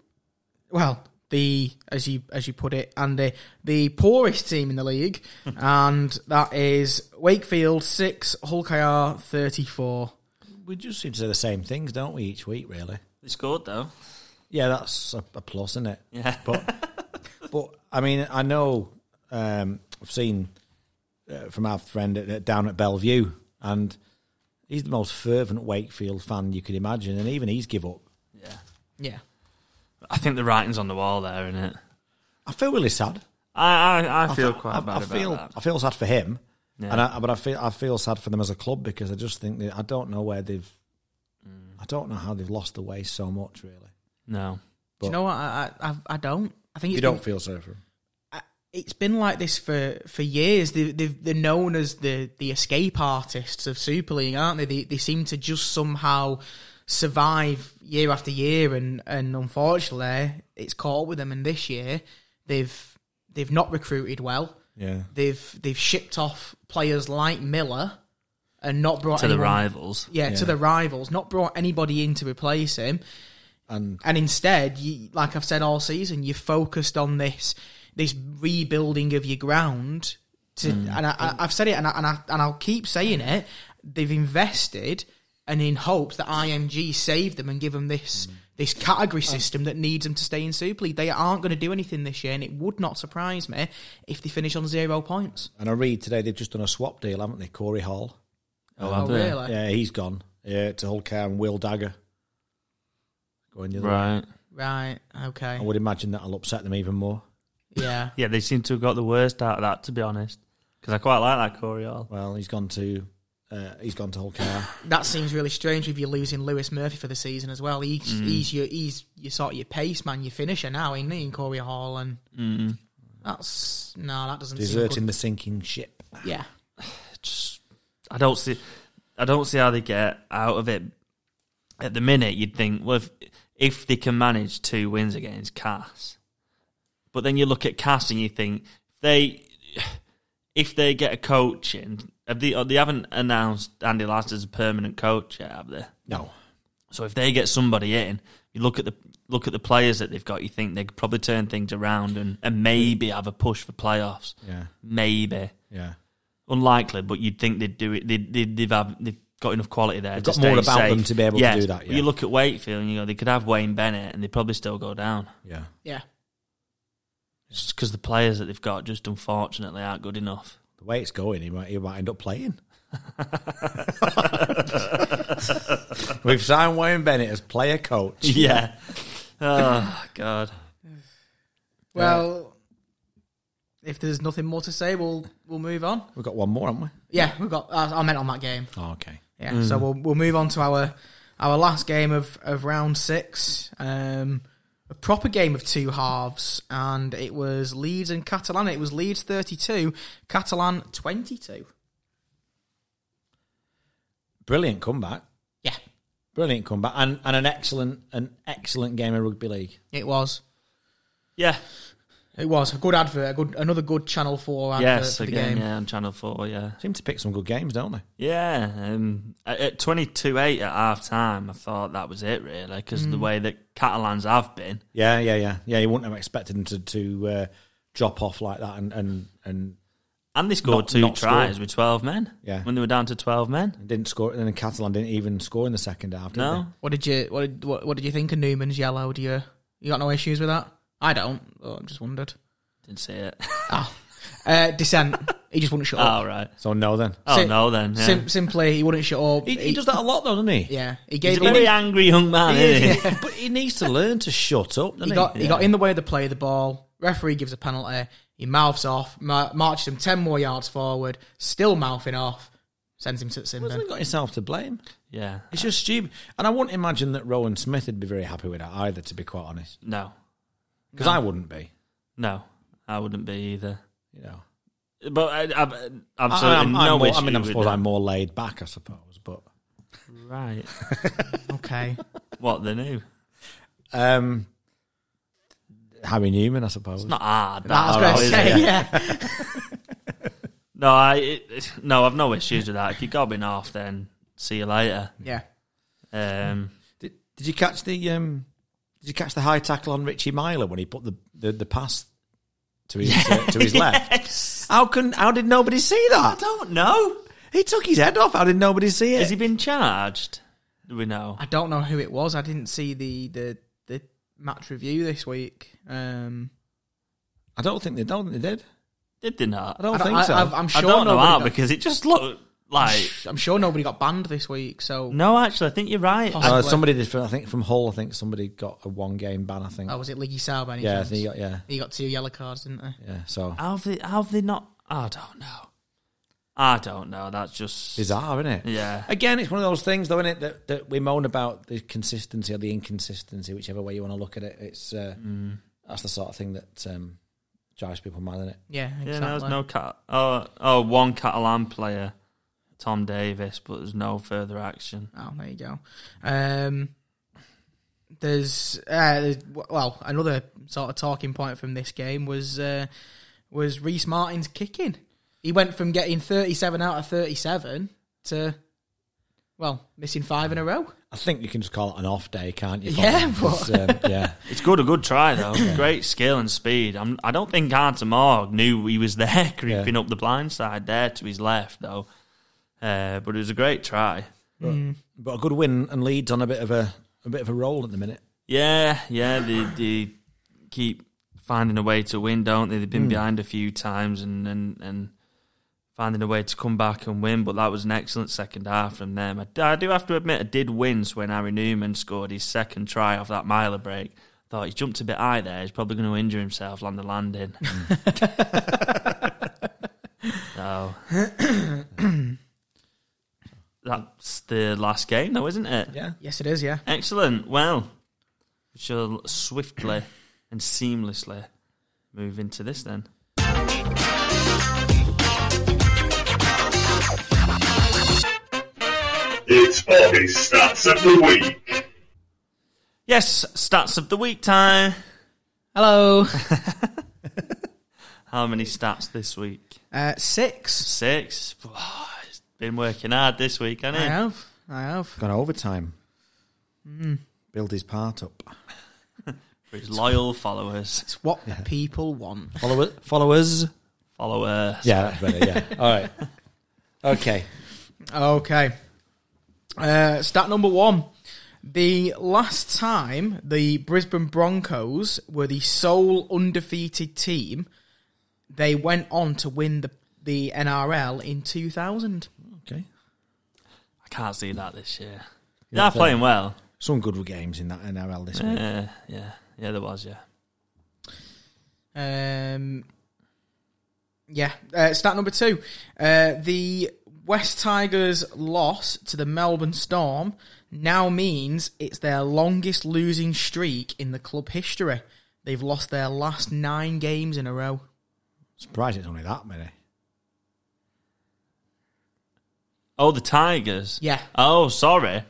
C: well the as you as you put it, Andy, the poorest team in
B: [LAUGHS]
C: the league, and that is Wakefield six, Hull KR thirty four.
B: We just seem to say the same things, don't we, each week, really?
A: They scored though.
B: Yeah, that's a, a plus, isn't it?
A: Yeah.
B: But, but I mean, I know um, I've seen uh, from our friend at, at- down at Bellevue, and he's the most fervent Wakefield fan you could imagine, and even he's give up.
A: Yeah.
C: Yeah,
A: I think the writing's on the wall there, isn't it?
B: I feel really sad.
A: I I, I
B: I
A: feel
B: fe-
A: quite
B: I,
A: bad
B: I
A: about
B: feel
A: that.
B: I feel sad for him,
A: Yeah.
B: and I, but I feel I feel sad for them as a club because I just think that I don't know where they've,
A: Mm.
B: I don't know how they've lost the way so much. Really,
A: no.
C: do you know what? I I, I- I don't. I think it's
B: you
C: been-
B: don't feel sorry for him.
C: I- it's been like this for, for years. They, they've, they're known as the, the escape artists of Super League, aren't they? they? They seem to just somehow survive year after year, and, and unfortunately, it's caught with them. And this year, they've they've not recruited well.
B: Yeah,
C: They've they've shipped off players like Miller and not brought
A: To the
C: anyone-
A: rivals.
C: yeah, to the rivals, not brought anybody in to replace him.
B: And-
C: instead, you, like I've said all season, you focused on this this rebuilding of your ground. To,
B: Mm.
C: And I, I, I've said it, and, I, and, I, and I'll keep saying it. They've invested, and in hopes that IMG save them and give them this
B: Mm.
C: this category system that needs them to stay in Super League. They aren't going to do anything this year, and it would not surprise me if they finish on zero points.
B: and I read today they've just done a swap deal, haven't they? Corey Hall.
A: Oh,
C: Oh,
A: have they?
C: really?
B: Yeah, he's gone. Yeah, to Hulkar and Will Dagger. Going the other way.
A: Right.
C: Right? Okay.
B: I would imagine that'll upset them even more.
C: Yeah.
A: Yeah, they seem to have got the worst out of that, to be honest. Because I quite like that Corey Hall.
B: Well, he's gone to uh, he's gone
A: [SIGHS]
B: to Hulkar.
C: That seems really strange with you losing Lewis Murphy for the season as well. He's he's your he's your sort of your pace man, your finisher now, isn't he? In Corey Hall and that's no, that doesn't
B: deserting
C: Seem
B: the sinking ship.
C: good. Yeah,
A: Just, I don't see, I don't see how they get out of it. At the minute, you'd think, well, if, if they can manage two wins against Cass, but then you look at Cass and you think if they, if they get a coach in, have they, they haven't announced Andy Last as a permanent coach yet, have they?
B: No.
A: So if they get somebody in, you look at the look at the players that they've got. You think they could probably turn things around and, and maybe have a push for playoffs.
B: Yeah.
A: Maybe
B: Yeah.
A: unlikely, but you'd think they'd do it. They'd, they'd, they've have, they've got enough quality there.
B: got
A: to
B: more
A: stay
B: about
A: safe.
B: them to be able to
A: Yeah,
B: do that, yeah.
A: You look at Wakefield and you go, they could have Wayne Bennett and they probably still go down.
B: Yeah.
C: Yeah.
A: It's just because the players that they've got just unfortunately aren't good
B: [LAUGHS]
A: enough.
B: The way it's going, he might, he might end
A: [LAUGHS]
B: up playing. We've signed Wayne Bennett as player coach.
A: Yeah. [LAUGHS] oh God.
C: Well, if there's nothing more to say, we'll we'll move on.
B: We've got one more, haven't we?
C: Yeah, we've got. I, I meant on that game.
B: Oh, okay.
C: Yeah, so we'll we'll move on to our our last game of of round six. Um, a proper game of two halves, and it was Leeds and Catalan. It was Leeds thirty two, Catalan twenty two.
B: Brilliant comeback.
C: Yeah,
B: Brilliant comeback. And, and an excellent an excellent game of rugby league.
C: it was.
A: Yeah.
C: It was a good advert. A good another good Channel Four advert
A: Yes.
C: for the
A: Again.
C: game.
A: Yeah. On Channel Four. Yeah.
B: Seem to pick some good games, don't they?
A: Yeah, um, at- at 22-8 at half time, I thought that was it really because the way that Catalans have been,
B: Yeah, yeah, yeah. Yeah, you wouldn't have expected them to, to uh, drop off like that and, and, and
A: and they scored
B: Not-
A: two
B: not
A: tries
B: scored.
A: with twelve men.
B: Yeah.
A: when they were down to twelve men.
B: didn't score. And then Catalan didn't even score in the second half, did
A: No,
C: What did you what did what, what did you think of Newman's yellow? Do you you got no issues with that? I don't. Oh, I just wondered.
A: didn't see it.
C: Ah, uh, dissent. he
A: [LAUGHS]
C: just wouldn't shut up.
A: oh, right.
B: they? So, no then.
A: Oh
C: Sim-
A: no, then yeah.
C: Sim- simply, he wouldn't shut up.
B: He, he does that a lot, though, doesn't he? [LAUGHS]
C: Yeah, he
A: he's
C: gave.
A: a
C: he-
A: very angry young man.
C: is,
A: Isn't he?
B: but he needs to learn to shut up, doesn't
C: He
B: he?
C: got he got in the way of the play of the ball. Referee gives a penalty. He mouths off, ma- marches him ten more yards forward, still mouthing off. Sends him to the sim
B: Well,
C: bin.
B: he's got himself to blame.
A: Yeah,
B: It's just stupid. And I wouldn't imagine that Rowan Smith would be very happy with that either, to be quite honest.
A: no,
B: Because I wouldn't be,
A: no, I wouldn't be either.
B: you know.
A: But I, I've absolutely
B: I, I'm, I'm
A: no
B: more,
A: issue
B: I mean, I
A: with
B: suppose
A: that.
B: I'm more laid back, I suppose. But
A: right. [LAUGHS]
C: Okay,
A: what they knew.
B: um, Harry Newman, I suppose.
A: Not hard.
C: I was
A: Oh, that
C: going
A: all,
C: to
A: is
C: say
A: it?
C: [LAUGHS] yeah.
A: No, I it, it- no, I've no issues with that. If you're gobbing off, then see you later.
C: yeah. [LAUGHS]
A: Um,
B: Did, did you catch the um, Did you catch the high tackle on Richie Myler when he put the, the, the pass to his uh, to his [LAUGHS] left? How can How did nobody see
A: I
B: that?
A: don't know.
B: He took his head off. How did nobody see it?
A: Has he been charged? Do we know?
C: I don't know who it was. I didn't see the the the match review this week. Um,
B: I don't think they don't. Think they did.
A: Did they not?
B: I don't
C: I don't-
B: think
C: I-
B: so.
C: I've- I'm
A: I
C: sure
A: don't know
C: nobody
A: how
C: got-
A: because it just looked like.
C: [LAUGHS] I'm sure nobody got banned this week. So
A: No, actually, I think you're right.
C: Possibly.
B: Uh, somebody did. From, I think from Hull. I think somebody got a one game ban. I think.
C: oh, was it Liggy Sal? by any
B: yeah, I
C: chance?
B: think he got, yeah,
C: He got two yellow cards, didn't he?
B: yeah. So
A: How have they? How have they not? I don't know. I don't know. That's just
B: bizarre, isn't it?
A: Yeah.
B: Again, it's one of those things, though, isn't it? That, that we moan about the consistency or the inconsistency, whichever way you want to look at it. It's uh, that's the sort of thing that um, drives people mad, isn't it?
C: Yeah, exactly.
A: Yeah, there was no cat. Oh, oh, one Catalan player, Tom Davis, but there's no further action.
C: Oh, there you go. Um, there's, uh, there's well, another sort of talking point from this game was uh, was Reese Martin's kicking. He went from getting 37 out of 37 to well, missing five in a row.
B: I think you can just call it an off day, can't you?
C: Yeah,
B: Colin? 'Cause, um, yeah.
A: It's good, a good try though. Great skill and speed. I'm, I don't think Arthur Morg knew he was [LAUGHS] there creeping up the blind side there to his left though. Uh, but it was a great try.
B: But a good win and Leeds on a bit of a a bit of a roll at the minute.
A: Yeah, yeah, they, they keep finding a way to win, don't they? They've been behind a few times and, and, and finding a way to come back and win, but that was an excellent second half from them. I, d- I do have to admit, I did wince when Harry Newman scored his second try off that miler break. Thought he jumped a bit high there. He's probably going to injure himself on the landing. so [COUGHS] that's the last game, though, isn't it?
B: Yeah.
C: Yes, it is. Yeah,
A: Excellent. Well, we shall swiftly and seamlessly move into this then.
E: It's Bobby's Stats of the Week.
A: Yes, stats of the week time.
C: hello.
A: How many stats this week?
C: [LAUGHS] uh, six.
A: Six. Oh, it's been working hard this week,
C: I
A: hasn't it?
C: have. I have.
B: Gone overtime. Build his part up.
A: For his loyal followers.
C: It's what people want.
B: Followers. Followers.
A: Followers.
B: Yeah, that's better. Yeah. All right. Okay.
C: Okay. Uh, stat number one. The last time the Brisbane Broncos were the sole undefeated team, they went on to win the, the NRL in 2000.
B: Okay.
A: I can't see that this year. They are playing well.
B: Some good games in that NRL this week.
A: Yeah, yeah, yeah. There was, yeah.
C: Um, yeah. Uh, stat number two. Uh, the West Tigers' loss to the Melbourne Storm now means it's their longest losing streak in the club history. They've lost their last nine games in a row.
B: Surprised it's only that many.
A: Oh, the Tigers.
C: Yeah.
A: Oh, sorry.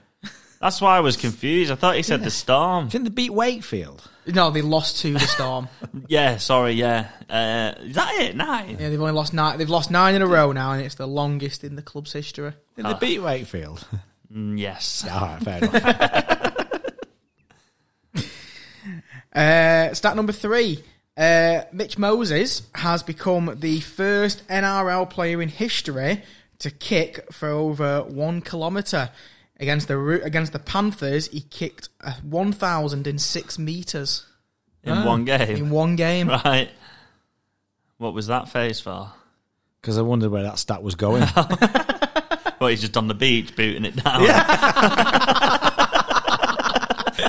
A: That's why I was confused. I thought he said the Storm.
B: Didn't they beat Wakefield?
C: No, they lost to the Storm.
A: Yeah, sorry. Yeah. Uh, is that it? Nine.
C: yeah, they've only lost nine. They've lost nine in a row now, and it's the longest in the club's history.
B: Didn't they beat Wakefield? [LAUGHS]
A: Mm, yes.
B: All right, fair enough.
C: Uh, stat number three. Uh, Mitch Moses has become the first NRL player in history to kick for over one kilometre. Against the Ru- against the Panthers, he kicked uh, one thousand and six meters
A: In
B: Ah,
A: one
C: in
A: game.
C: one game.
A: [LAUGHS] Right. What was that face for?
B: Because I wondered where that stat was going.
A: Well, he's just on the beach booting it down.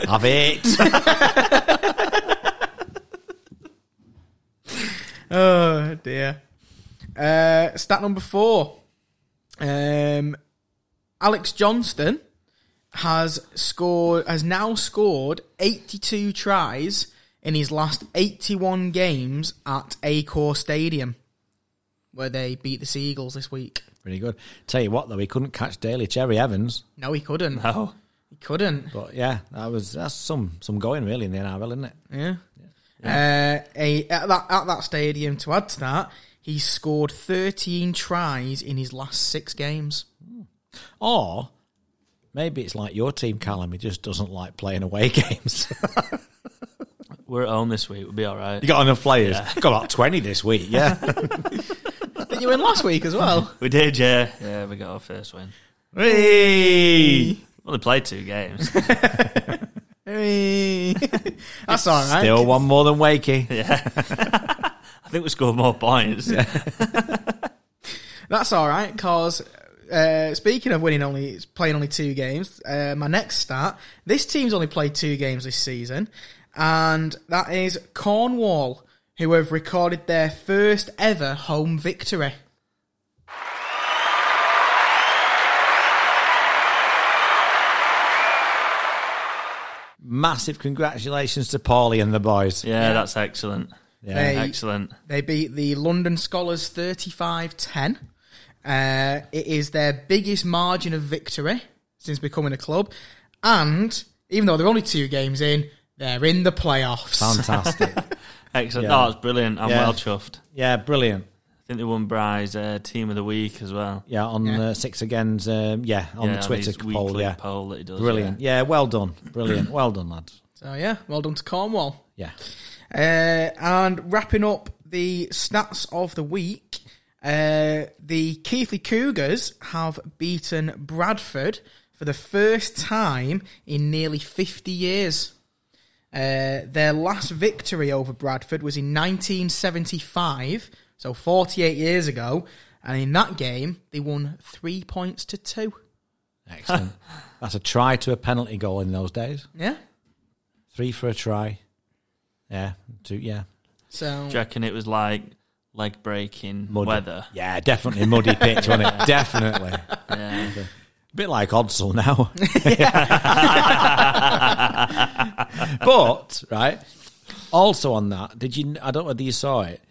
B: Have it.
C: Oh dear. Uh, stat number four. Um, Alex Johnston has scored has now scored eighty two tries in his last eighty one games at Acor Stadium, where they beat the Seagulls this week.
B: Pretty good. Tell you what, though, he couldn't catch Daily Cherry Evans.
C: No, he couldn't.
A: No.
C: He couldn't.
B: But yeah, that was that's some some going really in the NRL, isn't it?
C: Yeah. Uh, a, at, that, at that stadium, to add to that, he scored 13 tries in his last six games.
B: Or maybe it's like your team, Callum. He just doesn't like playing away [LAUGHS] games.
A: [LAUGHS] We're at home this week. We'll be all right.
B: you got enough players. Got about twenty this week. Yeah,
C: Did you win last week as [LAUGHS] well?
A: We did, yeah. Yeah, we got our first win.
B: Hey!
A: Only played two
B: [LAUGHS]
A: games.
C: Hey. [LAUGHS] That's all right.
B: still one more than Wakey.
A: I think we scored more points.
C: That's all right. Because uh, speaking of winning only, playing only two games, uh, my next stat: this team's only played two games this season, and that is Cornwall, who have recorded their first ever home victory.
B: Massive congratulations to Paulie and the boys.
A: Yeah, that's excellent.
B: Yeah.
C: Hey.
A: Excellent.
C: They beat the London Scholars 35 10. Uh, it is their biggest margin of victory since becoming a club. And even though they're only two games in, they're in the playoffs.
B: fantastic.
A: Excellent.
B: Yeah.
A: Oh, it's brilliant. I'm
B: Yeah.
A: well chuffed.
B: yeah, brilliant.
A: I think they won Bry's uh, Team of the Week as well.
B: Yeah, on Uh, six again's. Um, yeah, on
A: Yeah,
B: the Twitter
A: his
B: poll.
A: weekly
B: Yeah,
A: poll that he does.
B: brilliant. Yeah, well done. Brilliant. well done, lads.
C: So, yeah, well done to Cornwall.
B: Yeah.
C: Uh, and wrapping up the stats of the week, uh, the Keithley Cougars have beaten Bradford for the first time in nearly 50 years. Uh, their last victory over Bradford was in 1975, so 48 years ago, and in that game they won three points to two.
B: Excellent. That's a try to a penalty goal in those days.
C: Yeah,
B: Three for a try. Yeah, two. Yeah,
C: so
A: Do you reckon it was like leg breaking
B: muddy.
A: weather?
B: Yeah, definitely muddy
A: [LAUGHS]
B: pitch, wasn't it? Definitely. A
A: Yeah.
B: bit like Oddsall
A: [LAUGHS]
B: now. [LAUGHS] but right. Also on that, did you? I don't know whether you saw it.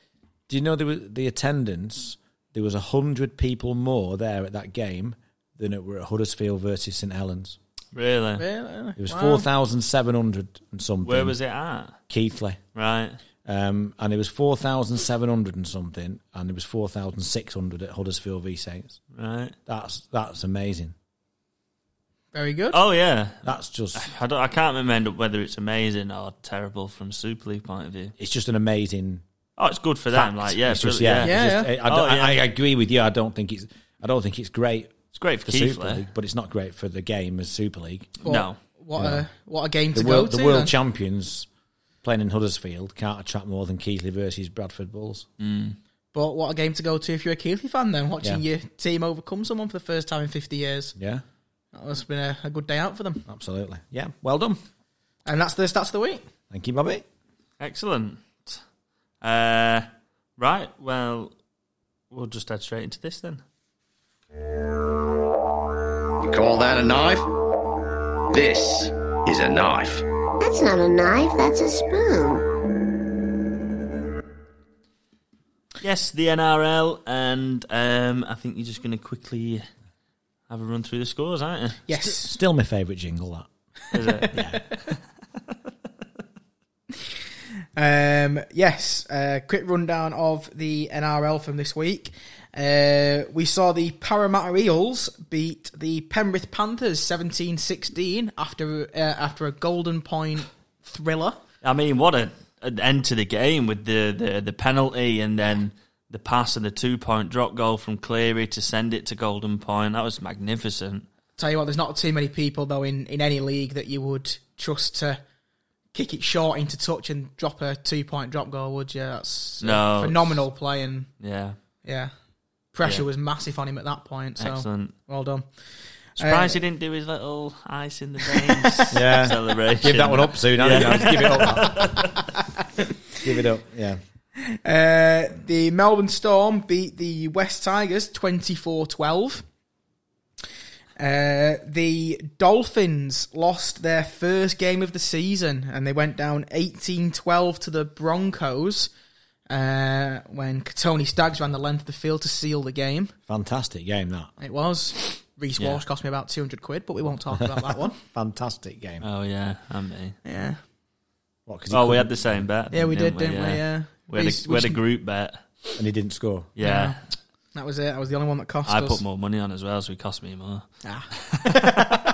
B: Do you know there was the attendance? There was hundred people more there at that game than it were at Huddersfield versus St Helens.
A: Really?
C: Yeah,
B: It was
C: wow.
B: four thousand seven hundred and something.
A: Where was it at?
B: Keithley?
A: Right.
B: Um, and it was 4,700 and something, and it was 4,600 at Huddersfield v Saints.
A: Right.
B: That's that's amazing.
C: very good.
A: Oh, yeah.
B: That's just
A: I, don't, I can't remember whether it's amazing or terrible from Super League point of view.
B: it's just an amazing.
A: Oh, it's good for them.
B: fact.
A: Like, yeah,
B: It's just-
A: brilliant.
B: yeah,
C: Yeah,
B: it's just-
C: yeah.
B: I, I don't-
A: Oh, yeah.
B: I, I agree with you. I don't think it's I don't think it's great
A: It's great for
B: for
A: Keith
B: Super League, but it's not great for the game as Super League.
C: But
A: No.
C: What a what a game
B: The
C: to
B: world,
C: go to.
B: the world
C: then.
B: champions playing in Huddersfield can't attract more than Keithley versus Bradford Bulls.
C: but what a game to go to if you're a Keithley fan. Then watching
B: Yeah.
C: your team overcome someone for the first time in 50 years.
B: Yeah,
C: That must have been a, a good day out for them.
B: absolutely. Yeah, well done.
C: And that's the stats of the week.
B: Thank you, Bobby.
A: Excellent. Uh, right. Well, we'll just head straight into this then.
F: You call that a knife? This is a knife.
G: That's not a knife, that's a spoon.
A: Yes, the NRL, and um, I think you're just going to quickly have a run through the scores, aren't you?
C: Yes.
B: Still my favourite jingle. That
A: Is it?
C: Um, yes, uh, quick rundown of the NRL from this week. Uh, we saw the Parramatta Eels beat the Penrith Panthers 17-16 after uh, after a golden point thriller.
A: I mean, what a, an end to the game with the, the, the penalty and then the pass and the two point drop goal from Cleary to send it to Golden Point. That was magnificent.
C: Tell you what, there's not too many people though in, in any league that you would trust to kick it short into touch and drop a two point drop goal, would you? That's uh,
A: No, it's-
C: phenomenal play and
A: Yeah,
C: yeah, pressure
A: Yeah.
C: was massive on him at that point. So
A: excellent.
C: well done.
A: Surprised
C: Uh,
A: he didn't do his little ice in the veins
B: Yeah.
A: celebration.
B: give that one up soon.
A: Yeah.
B: Yeah. Give it up. [LAUGHS] give it up. Yeah.
C: Uh, the Melbourne Storm beat the West Tigers 24 12. Uh, the Dolphins lost their first game of the season and they went down 18 12 to the Broncos uh, when Tony Staggs ran the length of the field to seal the game.
B: Fantastic game that.
C: It was. Reese Walsh cost me about 200 quid, but we won't talk about
A: [LAUGHS]
C: that one.
B: Fantastic game.
A: Oh yeah, I mean.
C: Yeah.
B: What, 'cause he
A: Oh, we had
B: couldn't-
A: the same bet.
C: Yeah, we did,
A: didn't
C: didn't we? Yeah.
A: uh, We had,
C: Reece-
A: a, we had a
C: Reece-
A: group bet.
B: and he didn't score.
A: Yeah.
C: That was it. That was the only one that cost
A: I
C: us.
A: put more money on as well, so it cost me more.
C: Ah.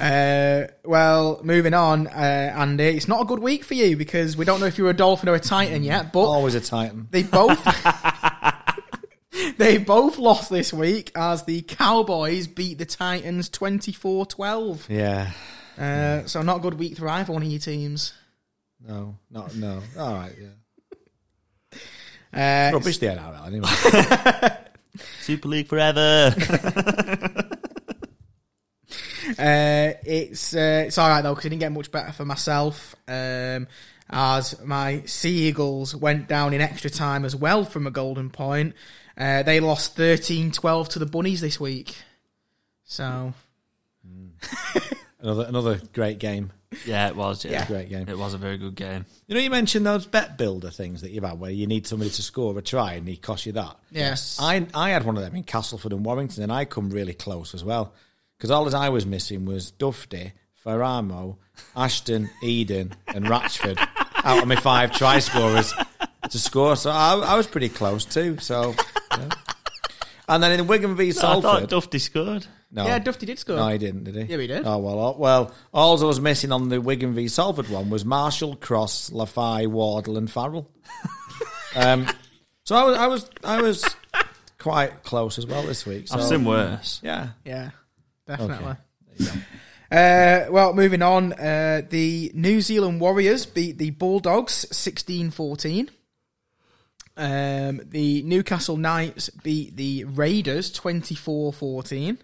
C: uh, well, moving on, uh, Andy. It's not a good week for you because we don't know if you're a Dolphin or a Titan yet, but
B: Always a Titan.
C: they both. [LAUGHS] They both lost this week as the Cowboys beat the Titans 24 12.
B: Yeah.
C: Uh, so, not a good week for either one of your teams.
B: No. Not no. All right. Yeah.
C: Uh,
B: Rubbish the NRL anyway. [LAUGHS]
A: Super League forever. [LAUGHS]
C: Uh, it's uh, it's all right though because it didn't get much better for myself. Um, as my Sea Eagles went down in extra time as well from a golden point. Uh, they lost 13-12 to the Bunnies this week. So
B: another another great game.
A: yeah, it was. Yeah.
C: Yeah.
B: Great game.
A: It was a very good game.
B: You know, you mentioned those bet builder things that you've had where you need somebody to score a try and he costs you that.
C: yes,
B: I I had one of them in Castleford and Warrington, and I come really close as well because all that I was missing was Dufty, Ferramo, Ashton, [LAUGHS] Eden, and Ratchford out of my five try scorers to score. So I, I was pretty close too. So, yeah. and then in Wigan v
A: I thought
B: Salford,
A: Dufty scored.
B: no,
C: yeah, Dufty did score.
B: no, he didn't, did he?
C: Yeah, he did.
B: Oh well, oh, well. All I was missing on the Wigan v Salford one was Marshall, Cross, Lafay, Wardle, and
C: [LAUGHS]
B: Farrell. um, so I was, I was, I was quite close as well this week. So,
A: I've seen worse.
B: Yeah,
C: yeah, definitely. [LAUGHS] Uh, well, moving on. Uh, the New Zealand Warriors beat the Bulldogs 16-14. Um, the Newcastle Knights beat the Raiders 24-14.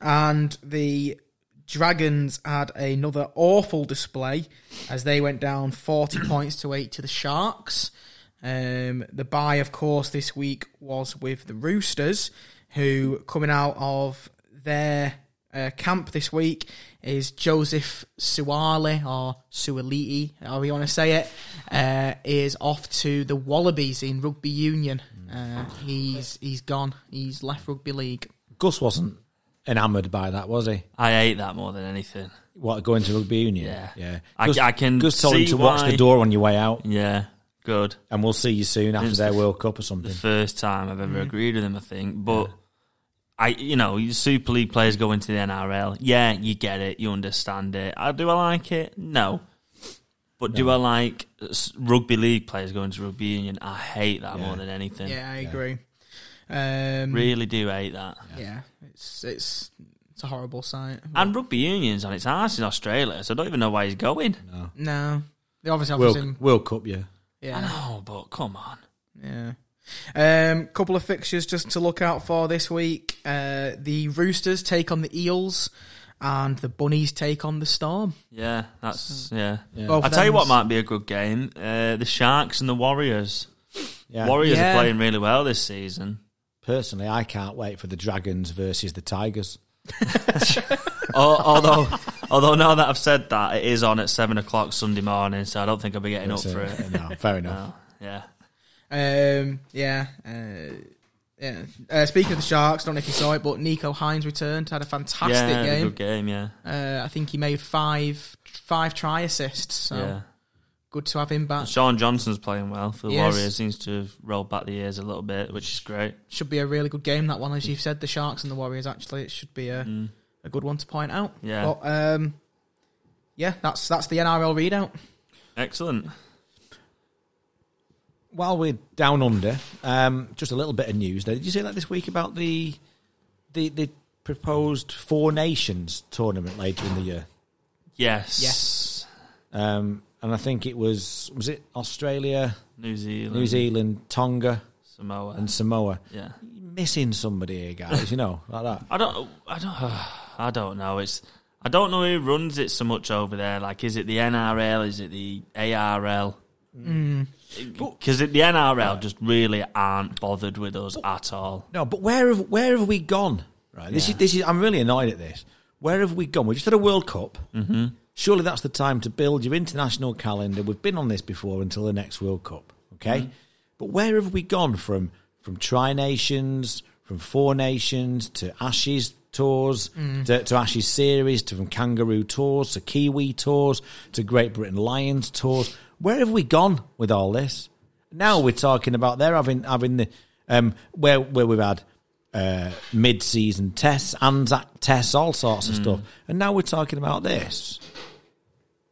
C: And the Dragons had another awful display as they went down 40 [CLEARS THROAT] points to 8 to the Sharks. Um, the bye, of course, this week was with the Roosters, who coming out of their uh, camp this week is Joseph Suale or Sualiti, however you want to say it, uh, is off to the Wallabies in rugby union. Uh, he's he's gone. He's left rugby league.
B: Gus wasn't enamoured by that, was he?
A: I hate that more than anything.
B: What going to rugby union?
A: Yeah.
B: yeah.
A: I- I can
B: Gus told him
A: see
B: to watch
A: why.
B: the door on your way out,
A: Yeah, good.
B: and we'll see you soon after
A: It's
B: their
A: the-
B: World Cup or
A: The
B: something.
A: first time I've ever agreed with him, I think. But I, you know, you Super League players go into the NRL. Yeah, you get it, you understand it. I do I like it? No. But do I like s- rugby league players going to rugby union? I hate that more than anything.
C: Yeah, I agree. Um,
A: Really do hate that.
C: Yeah, it's it's it's a horrible sight.
A: And rugby union's on its arse in Australia, so I don't even know why he's going.
C: No, they obviously have
B: World,
C: him.
B: World Cup, yeah.
A: I
C: Yeah,
A: know, but come on.
C: yeah. Um, couple of fixtures just to look out for this week. Uh, the Roosters take on the Eels, and the Bunnies take on the Storm.
A: Yeah, that's yeah.
C: Both
A: I tell you what
C: them's-
A: might be a good game: uh, the Sharks and the Warriors.
B: yeah.
A: Warriors
C: Yeah.
A: are playing really well this season.
B: Personally, I can't wait for the Dragons versus the Tigers.
A: Al- although, [LAUGHS] although now that I've said that, it is on at seven o'clock Sunday morning, so I don't think I'll be getting up
B: So,
A: for it.
B: no, fair enough.
A: [LAUGHS] No, yeah,
C: Um, yeah, uh, yeah. Uh, speaking of the Sharks, don't know if you saw it, but Nico Hines returned, had a fantastic
A: yeah, it'd be a
C: game.
A: good game. Yeah,
C: Uh, I think he made five five try assists. So
A: yeah.
C: good to have him back.
A: Sean Johnson's playing well for the
C: Yes.
A: Warriors. Seems to have rolled back the years a little bit, which is great.
C: Should be a really good game that one, as you've said. The Sharks and the Warriors. Actually, it should be a a good one to point out.
A: Mm. Yeah.
C: But um, yeah, that's that's the NRL readout.
A: Excellent.
B: While we're down under, um, just a little bit of news. There. Did you see that this week about the the the proposed Four Nations tournament later in the year?
A: Yes.
C: Yes.
B: Um, and I think it was was it Australia,
A: New Zealand.
B: New Zealand, Tonga,
A: Samoa.
B: and Samoa.
A: yeah.
B: You're missing somebody here, guys. You know, like that.
A: I don't. [SIGHS] I don't. I don't know. It's. I don't know who runs it so much over there. Like, is it the NRL? Is it the ARL?
C: Mm.
A: Because the NRL just really aren't bothered with us at all.
B: No, but where have where have we gone? Right. This is this is. I'm really annoyed at this. Where have we gone? We've just had a World Cup. Mm-hmm. Surely that's the time to build your international calendar. We've been on this before until the next World Cup. Okay. But where have we gone from from tri nations, from four nations to Ashes tours, to, to Ashes series, to from Kangaroo tours to Kiwi tours to Great Britain Lions tours? Where have we gone with all this? Now we're talking about they're having having the um, where where we've had uh, mid season tests, Anzac tests, all sorts of
C: Mm.
B: stuff, and now we're talking about this.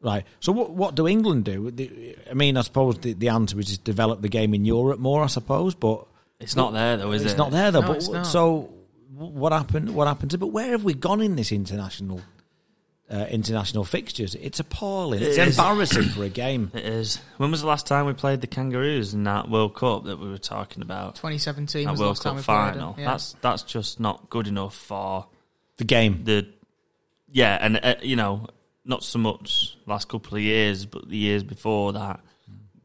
B: Right. So what what do England do? The- I mean, I suppose the, the answer is just develop the game in Europe more. I suppose, but
A: It's not there though, is
B: it's
A: it?
B: not there though.
C: No,
B: but
C: it's
B: w-
C: not.
B: so w- what happened? What happened to? But where have we gone in this international? Uh, international fixtures. It's appalling. It's
A: is.
B: embarrassing for a game.
A: It is. When was the last time we played the Kangaroos in that World Cup that we were talking about?
C: 2017
A: That
C: was the
A: World
C: last time
A: Cup
C: we played
A: final.
C: them. Yeah.
A: That's that's just not good enough for
B: The game.
A: the yeah, and uh, you know, not so much last couple of years, but the years before that,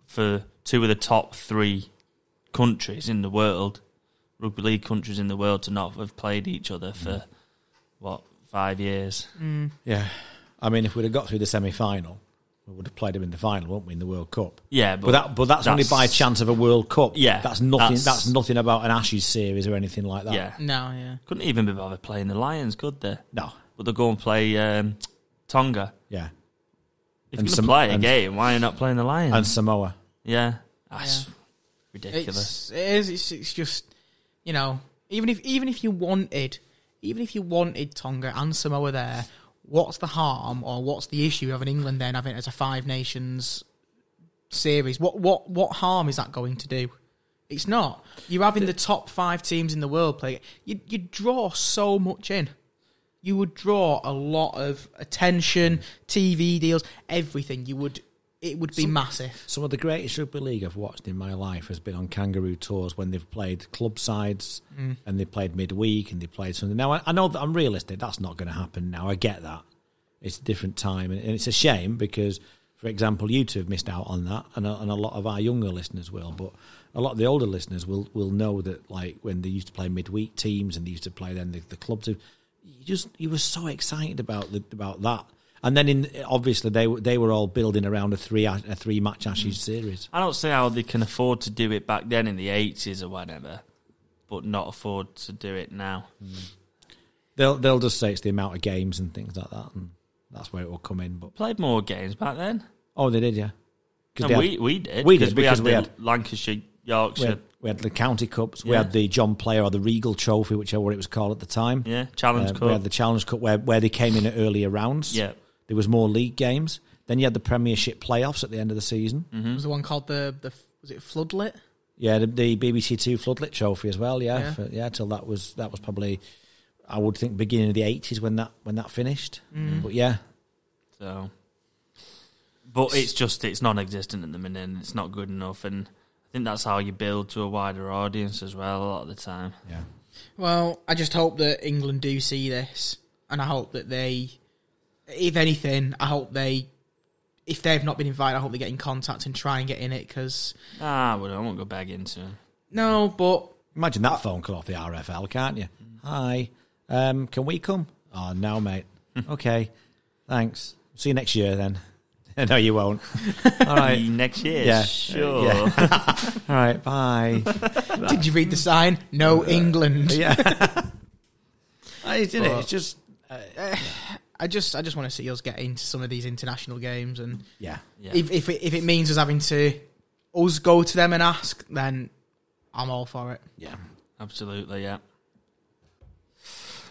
A: for two of the top three countries in the world, rugby league countries in the world, to not have played each other
B: Mm.
A: for what five years?
B: Yeah. I mean, if we'd have got through the semi final, we would have played them in the final, wouldn't we, in the World Cup?
A: Yeah, but,
B: But that, but that's, only by chance of a World Cup.
A: Yeah,
B: that's nothing. That's,
A: that's-
B: nothing about an Ashes series or anything like that.
A: Yeah,
C: No, yeah.
A: couldn't even be bothered playing the Lions, could they?
B: no,
A: But they'll go and play um, Tonga.
B: yeah,
A: If
B: And
A: you're
B: some-
A: going to play a
B: and-
A: game, why are you not playing the Lions?
B: and Samoa.
A: yeah, that's
C: Yeah.
A: ridiculous.
C: It's, it is. It's, it's just you know, even if even if you wanted, even if you wanted Tonga and Samoa there, what's the harm or what's the issue of having England then having it as a Five Nations series? What what what harm is that going to do? It's not. You're having the top five teams in the world play. You you draw so much in. You would draw a lot of attention, TV deals, everything. You would. It would be massive.
B: Some Hmm? of the greatest rugby league I've watched in my life has been on kangaroo tours when they've played club sides and they played midweek and they played something. Now, I, I know that I'm realistic. That's not going to happen now. I get that. It's a different time. And, and it's a shame because, for example, you two have missed out on that. And a, and a lot of our younger listeners will. But a lot of the older listeners will, will know that, like, when they used to play midweek teams and they used to play then the, the club team, you just you were so excited about the, about that. And then, in obviously, they were they were all building around a three a three match
A: Mm.
B: Ashes series.
A: I don't see how they can afford to do it back then in the eighties or whatever, but not afford to do it now.
B: They'll they'll just say it's the amount of games and things like that, and that's where it will come in. But
A: Played more games back then.
B: oh, they did, yeah.
A: No,
B: they had-
A: we we did.
B: we did,
A: we
B: because
A: had
B: we
A: the
B: had-
A: Lancashire, Yorkshire,
B: we had, we had the county cups, we
A: Yeah.
B: had the John Player or the Regal Trophy, whichever it was called at the time.
A: yeah, Challenge
B: Uh,
A: Cup.
B: we had the Challenge Cup where where they came in at earlier rounds.
A: Yeah.
B: there was more league games. Then you had the Premiership playoffs at the end of the season.
C: It was the one called the the was it floodlit?
B: Yeah, the, the BBC Two floodlit trophy as well. Yeah,
C: Yeah.
B: For- yeah. Till that was that was probably, I would think, beginning of the eighties when that when that finished. But yeah,
A: So, but it's just it's non-existent at the minute, and it's not good enough. And I think that's how you build to a wider audience as well. A lot of the time,
B: yeah.
C: Well, I just hope that England do see this, and I hope that they, if anything, I hope they, if they've not been invited, I hope they get in contact and try and get in it. Because
A: ah, well, I won't go back into. it.
C: no, but
B: Imagine that phone call off the RFL, can't you? Hi, um, can we come? Oh no, [LAUGHS] mate. okay, thanks. See you next year then. [LAUGHS] no, you won't. All right.
A: Next year,
B: Yeah.
A: sure.
B: Yeah. All right. [LAUGHS] Bye.
C: did you read the sign? No, England.
B: yeah. it's, isn't it? it's just
C: I just, I just want to see us get into some of these international games, and
B: yeah.
A: Yeah.
C: if if it, if it means us having to us go to them and ask, then I'm all for it.
B: Yeah.
A: Absolutely, yeah.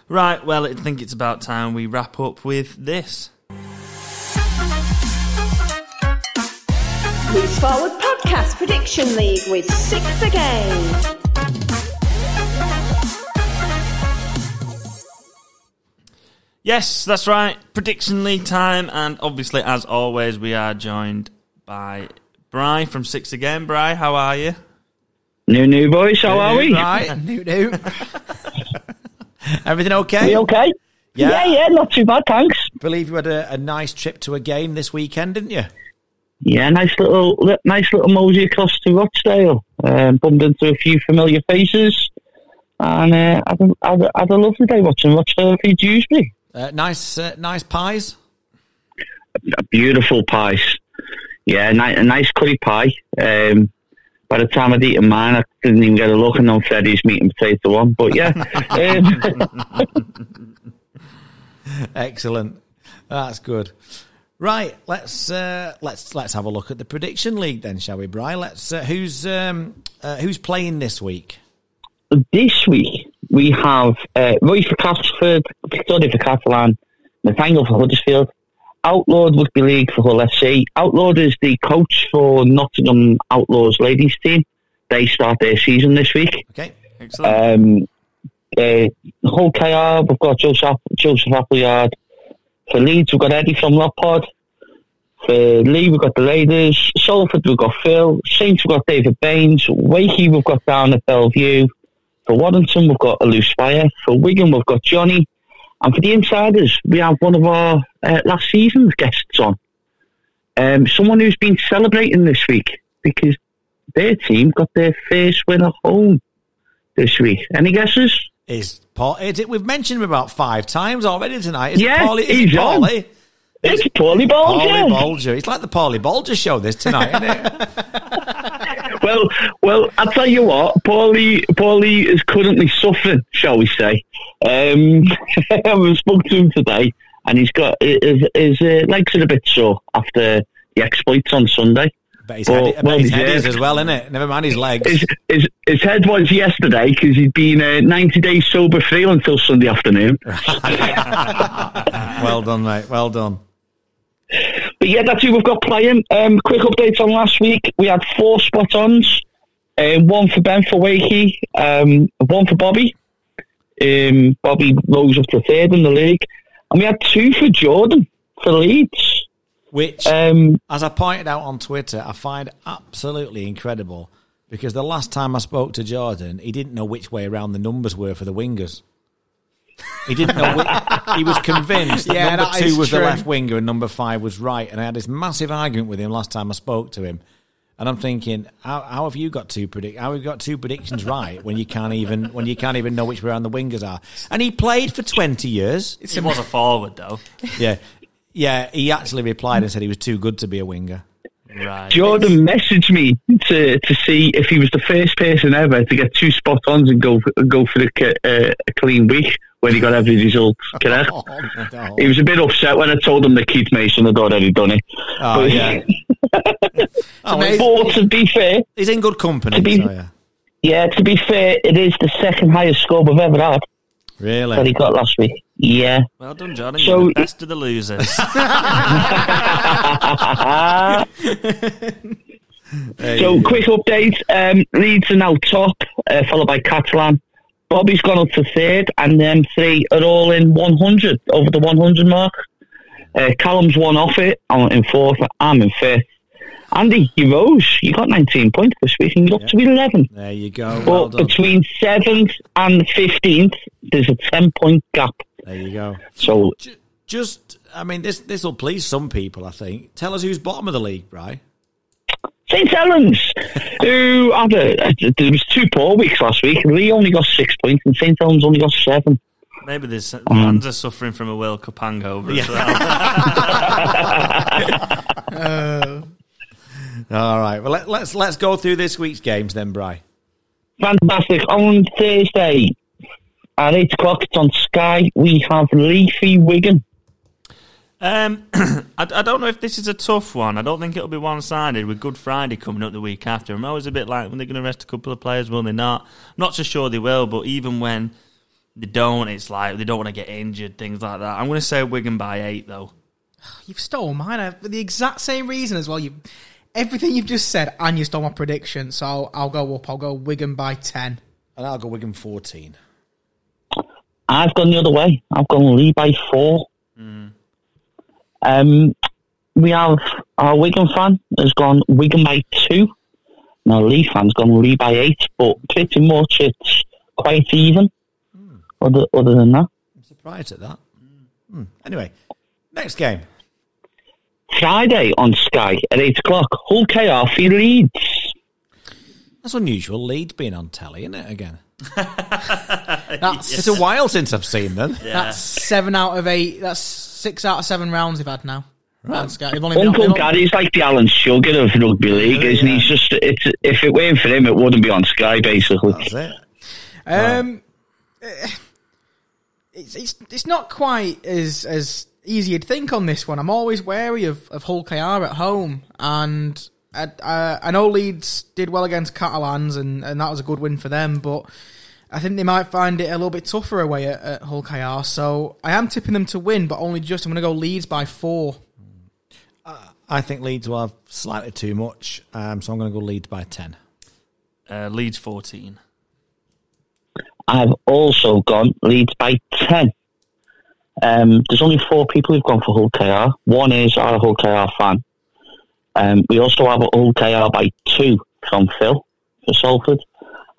A: Right, well, I think it's about time we wrap up with this.
H: Loose Forward Podcast Prediction League with six a game.
A: Yes, that's right. Prediction league time, and obviously, as always, we are joined by Bry from Six Again. Bry, how are you?
I: New, new boys, how are we?
B: Right.
C: New,
I: [LAUGHS]
C: new.
B: [LAUGHS] Everything okay?
I: We okay?
B: Yeah.
I: yeah, not too bad, thanks.
B: Believe you had a, a nice trip to a game this weekend, didn't you?
I: Yeah, nice little, li- nice little mosey across to Rochdale. Um, bumped into a few familiar faces, and uh, had, a, had, a, had a lovely day watching Rochdale v Dewsbury.
B: Uh, nice, uh, nice pies.
I: A beautiful pies. Yeah, ni- a nice curry pie. Um, by the time I'd eaten mine, I didn't even get a look, and then Freddie's meat and potato one. But [LAUGHS] yeah, um,
B: Excellent. That's good. Right, let's uh, let's let's have a look at the prediction league then, shall we, Bry? Let's uh, who's um, uh, who's playing this week?
I: this week we have uh, Roy for Castleford, Victoria for Catalan, Nathaniel for Huddersfield, Outlawed Rugby League for Hull FC. Outlawed is the coach for Nottingham Outlaws ladies team. They start their season this week.
B: Okay,
A: Excellent.
I: Um, uh, Hull KR, we've got Joseph, Joseph Appleyard. For Leeds, we've got Eddie from Loppod. For Lee, we've got the Raiders. Salford, we've got Phil. Saints, we've got David Baines. Wakey, we've got down at Bellevue. For Waddington, we've got Aluspire. For Wigan, we've got Johnny. And for the insiders, we have one of our uh, last season's guests on. Um, someone who's been celebrating this week because their team got their first win at home this week. Any guesses?
B: is Paul? Is it, we've mentioned him about five times already tonight. Is
I: Yeah,
B: it Paulie? Is
I: he's
B: it
I: on.
B: Paulie?
I: It's Paulie Balls,
B: Paulie
I: yeah.
B: Bolger. It's like the Paulie Bolger show this tonight,
I: [LAUGHS]
B: isn't it?
I: Well, well, I tell you what, Paulie, Paulie is currently suffering, shall we say? Um, [LAUGHS] I spoke to him today, and he's got his, his uh, legs are a bit sore after the exploits on Sunday.
B: But his
I: Well,
B: head, I bet
I: well
B: his head is
I: deserved.
B: as well, isn't it? Never mind his legs.
I: His his, his head was yesterday because he'd been uh, ninety days sober free until Sunday afternoon.
B: well done, mate. Well done.
I: But yeah, that's who we've got playing. Um, quick update on last week. We had four spot ons. Um, one for Ben for Wakey, um, one for Bobby. Um, Bobby rose up to third in the league. And we had two for Jordan for Leeds.
B: Which
I: Um,
B: as I pointed out on Twitter, I find absolutely incredible because the last time I spoke to Jordan, he didn't know which way around the numbers were for the wingers. He didn't know. Which, he was convinced that
C: [LAUGHS] Yeah,
B: number
C: that
B: two
C: is
B: was the
C: true.
B: left winger and number five was right. And I had this massive argument with him last time I spoke to him. And I'm thinking, how, how have you got two predict? How have you got two predictions right when you can't even when you can't even know which way around the wingers are? And he played for 20 years.
A: it was a forward, though.
B: Yeah, yeah. He actually replied and said he was too good to be a winger.
A: Right.
I: Jordan messaged me to, to see if he was the first person ever to get two spot ons and go for, go for the, ca- uh, a clean week when he got every result correct.
B: Oh, no.
I: [LAUGHS] He was a bit upset when I told him that Keith Mason had already done it.
B: Oh,
I: But-
B: yeah. Oh, well, he's,
I: [LAUGHS] But to be fair,
B: he's in good company.
I: To be-
B: so, yeah.
I: Yeah, to be fair, it is the second highest score we've ever had that he
B: Really?
I: got last week. Yeah.
A: Well done, Jordan.
I: So-
A: You're the best of the losers.
I: So, quick update. Um, Leeds are now top, uh, followed by Catalan. Bobby's gone up to third, and the M3 are all in 100, over the 100 mark. Uh, Callum's one off it. I'm in fourth. I'm in fifth. Andy, you rose. You got 19 points this week, and you're up to 11.
B: There you go.
I: But
B: Well done.
I: between 7th and 15th, there's a 10 point gap.
B: There you go.
I: So,
B: Ju- Just, I mean, this this will please some people. I think. Tell us who's bottom of the league, right?
I: St.
B: [LAUGHS]
I: Helens, who had a, there was two poor weeks last week, and Lee only got six points, and St. Helens only got seven.
A: Maybe there's fans are suffering from a World Cup hangover as well.
B: All right. Well, let, let's let's go through this week's games then, Bry.
I: Fantastic. On Thursday at 8 o'clock, it's on Sky. We have Leafy Wigan.
A: Um, [CLEARS THROAT] I, I don't know if this is a tough one. I don't think it'll be one sided with Good Friday coming up the week after. I'm always a bit like, when they're going to rest a couple of players, will they not? I'm not so sure they will, but even when they don't, it's like they don't want to get injured, things like that. I'm going to say Wigan by eight, though.
C: You've stole mine I- for the exact same reason as well. You, everything you've just said, and you stole my prediction. So I'll, I'll go up. I'll go Wigan by ten.
B: And I'll go Wigan fourteen.
I: I've gone the other way. I've gone Lee by four. Um, we have our Wigan fan has gone Wigan by two. Now Lee fan's gone Lee by eight, but pretty much it's quite even. Other other than that,
B: I'm surprised at that. Hmm. Anyway, next game.
I: Friday on Sky at eight o'clock. Hull KR for Leeds.
B: That's unusual. Leeds being on telly, isn't it? Again,
C: That's
B: it's a while since I've seen them.
C: that's seven out of eight. That's six out of seven rounds they've had now. That's good. They've only been-
I: Uncle
C: they've only-
I: Gary's like the Alan Sugar of rugby league, isn't he? He's just it's if it weren't for him, it wouldn't be on Sky basically.
B: That's it.
C: Um, eh, it's, it's it's not quite as as easy you'd think on this one. I'm always wary of of Hull KR at home, and I, I, I know Leeds did well against Catalans, and and that was a good win for them, but. I think they might find it a little bit tougher away at, at Hull KR, so I am tipping them to win, but only just. I'm going to go Leeds by four.
B: I think Leeds will have slightly too much, um, so I'm going to go Leeds by ten.
A: Uh, Leeds 14.
I: I've also gone Leeds by 10. Um, there's only four people who've gone for Hull KR. One is our Hull KR fan. Um, we also have a Hull KR by two from Phil for Salford.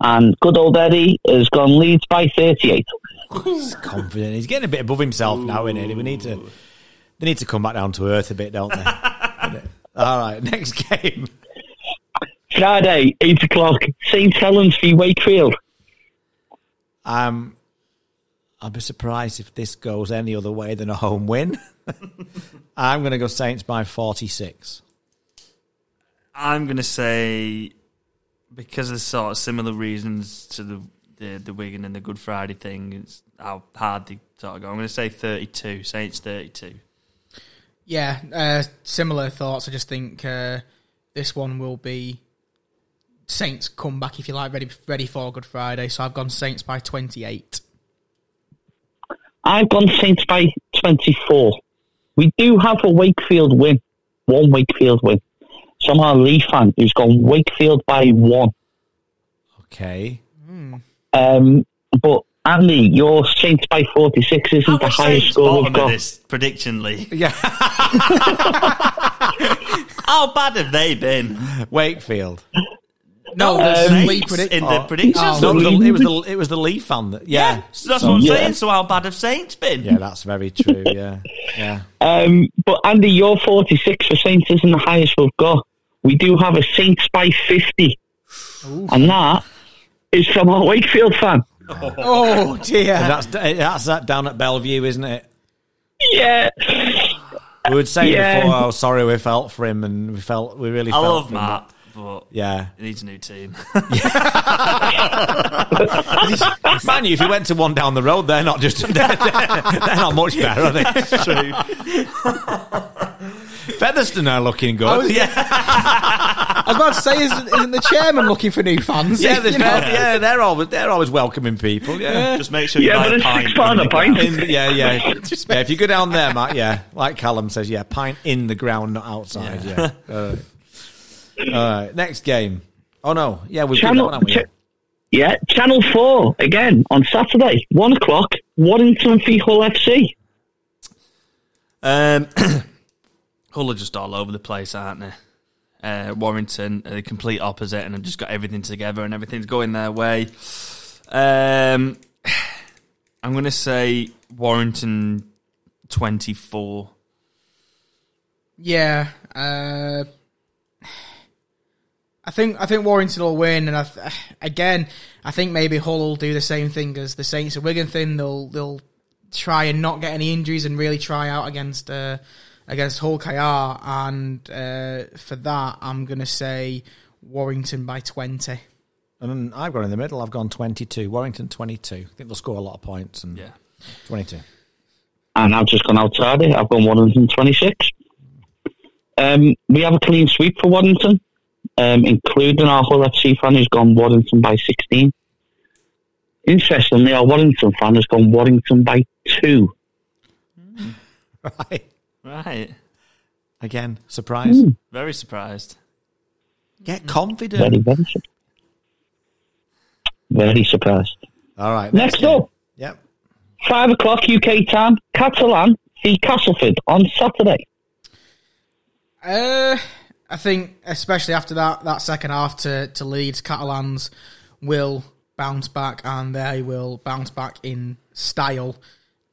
I: And good old Eddie has gone Leeds by 38.
B: He's confident. He's getting a bit above himself now, isn't he? We need to. They need to come back down to earth a bit, don't they? All right, next game.
I: Friday, 8 o'clock, St Helens v Wakefield.
B: Um, I'd be surprised if this goes any other way than a home win. [LAUGHS] I'm going to go Saints by 46.
A: I'm going to say because of the sort of similar reasons to the, the the Wigan and the Good Friday thing, it's how hard they sort of go. I'm going to say 32, Saints 32.
C: Yeah, uh, similar thoughts. I just think uh, this one will be Saints comeback, if you like, ready ready for Good Friday. So I've gone Saints by twenty eight.
I: I've gone Saints by 24. We do have a Wakefield win, one Wakefield win. Somehow Lee fan who's gone Wakefield by one.
B: Okay.
I: Um, but Andy, your Saints by 46 isn't the
A: Saints
I: highest score we've
A: bottom of
I: got.
A: this prediction league. [LAUGHS]
B: Yeah.
A: How bad have they been?
B: Wakefield.
C: No,
A: the
C: um, Lee
A: Saints
C: predict-
A: in the predictions.
B: No,
C: No,
B: it was the, it was the, it was the Lee fan that. Yeah.
A: yeah,
B: yeah.
A: so that's what I'm
I: Yeah.
A: saying. So how bad have Saints been?
B: that's very true. Yeah. Yeah.
I: Um, but Andy, your 46 for Saints isn't the highest we've got. We do have a Saints by 50. And that is from a Wakefield fan.
C: oh dear.
B: And that's eh, that's that down at Bellevue, isn't it?
I: Yeah.
B: We would say
I: Yeah.
B: before how sorry we felt for him, and we felt we really.
A: I
B: felt
A: love
B: for him.
A: Matt, but [LAUGHS]
B: Yeah,
A: he needs a new team.
B: [LAUGHS] man, if you went to one down the road, they're not just [LAUGHS] they're, not much
A: [LAUGHS]
B: better. Are they? true. Featherstone are looking good.
C: was-
B: yeah,
C: I was about to say, isn't, isn't the chairman looking for new fans?
B: yeah, they're,
C: [LAUGHS] You know?
B: yeah, they're always they're always welcoming people.
A: [LAUGHS]
B: Yeah,
A: Just make sure you
I: Yeah,
A: buy
I: but
A: a
I: it's
A: pint.
I: six pound a
A: when you go
I: pint.
A: out.
B: In- yeah,
I: [LAUGHS]
B: yeah. yeah. If you go down there, Matt, yeah, like Callum says, yeah, pint in the ground, not outside. Yeah, Uh, All right, next game. Oh no, yeah, we've got that
I: Channel-
B: one, haven't we?
I: Ch- Yeah, Channel 4, again, on Saturday, 1 o'clock, Warrington v Hull FC.
A: Um, [CLEARS THROAT] Hull are just all over the place, aren't they? Uh, Warrington are the complete opposite, and have just got everything together, and everything's going their way. Um, [SIGHS] I'm going to say Warrington 24.
C: Yeah, uh, I think I think Warrington will win, and I th- again, I think maybe Hull will do the same thing as the Saints and Wigan thing. They'll they'll try and not get any injuries and really try out against uh, against Hull KR, and uh, for that, I'm gonna say Warrington by twenty.
B: And then I've gone in the middle. I've gone 22. Warrington 22. I think they'll score a lot of points. And
A: Yeah.
B: 22. [LAUGHS]
I: and I've just gone outside it. I've gone 126. Um, we have a clean sweep for Waddington, um, including our whole FC fan who's gone Waddington by 16. Interestingly, our Waddington fan has gone Waddington by two.
B: Right.
A: Right.
B: Again, surprise.
I: Hmm.
A: Very surprised.
B: Get
I: Very,
B: confident.
I: very surprised. Very surprised.
B: All right.
I: Next
B: game.
I: up,
B: Yep.
I: five o'clock UK time, Catalan v Castleford on Saturday.
C: Uh, I think especially after that that second half to to Leeds, Catalans will bounce back and they will bounce back in style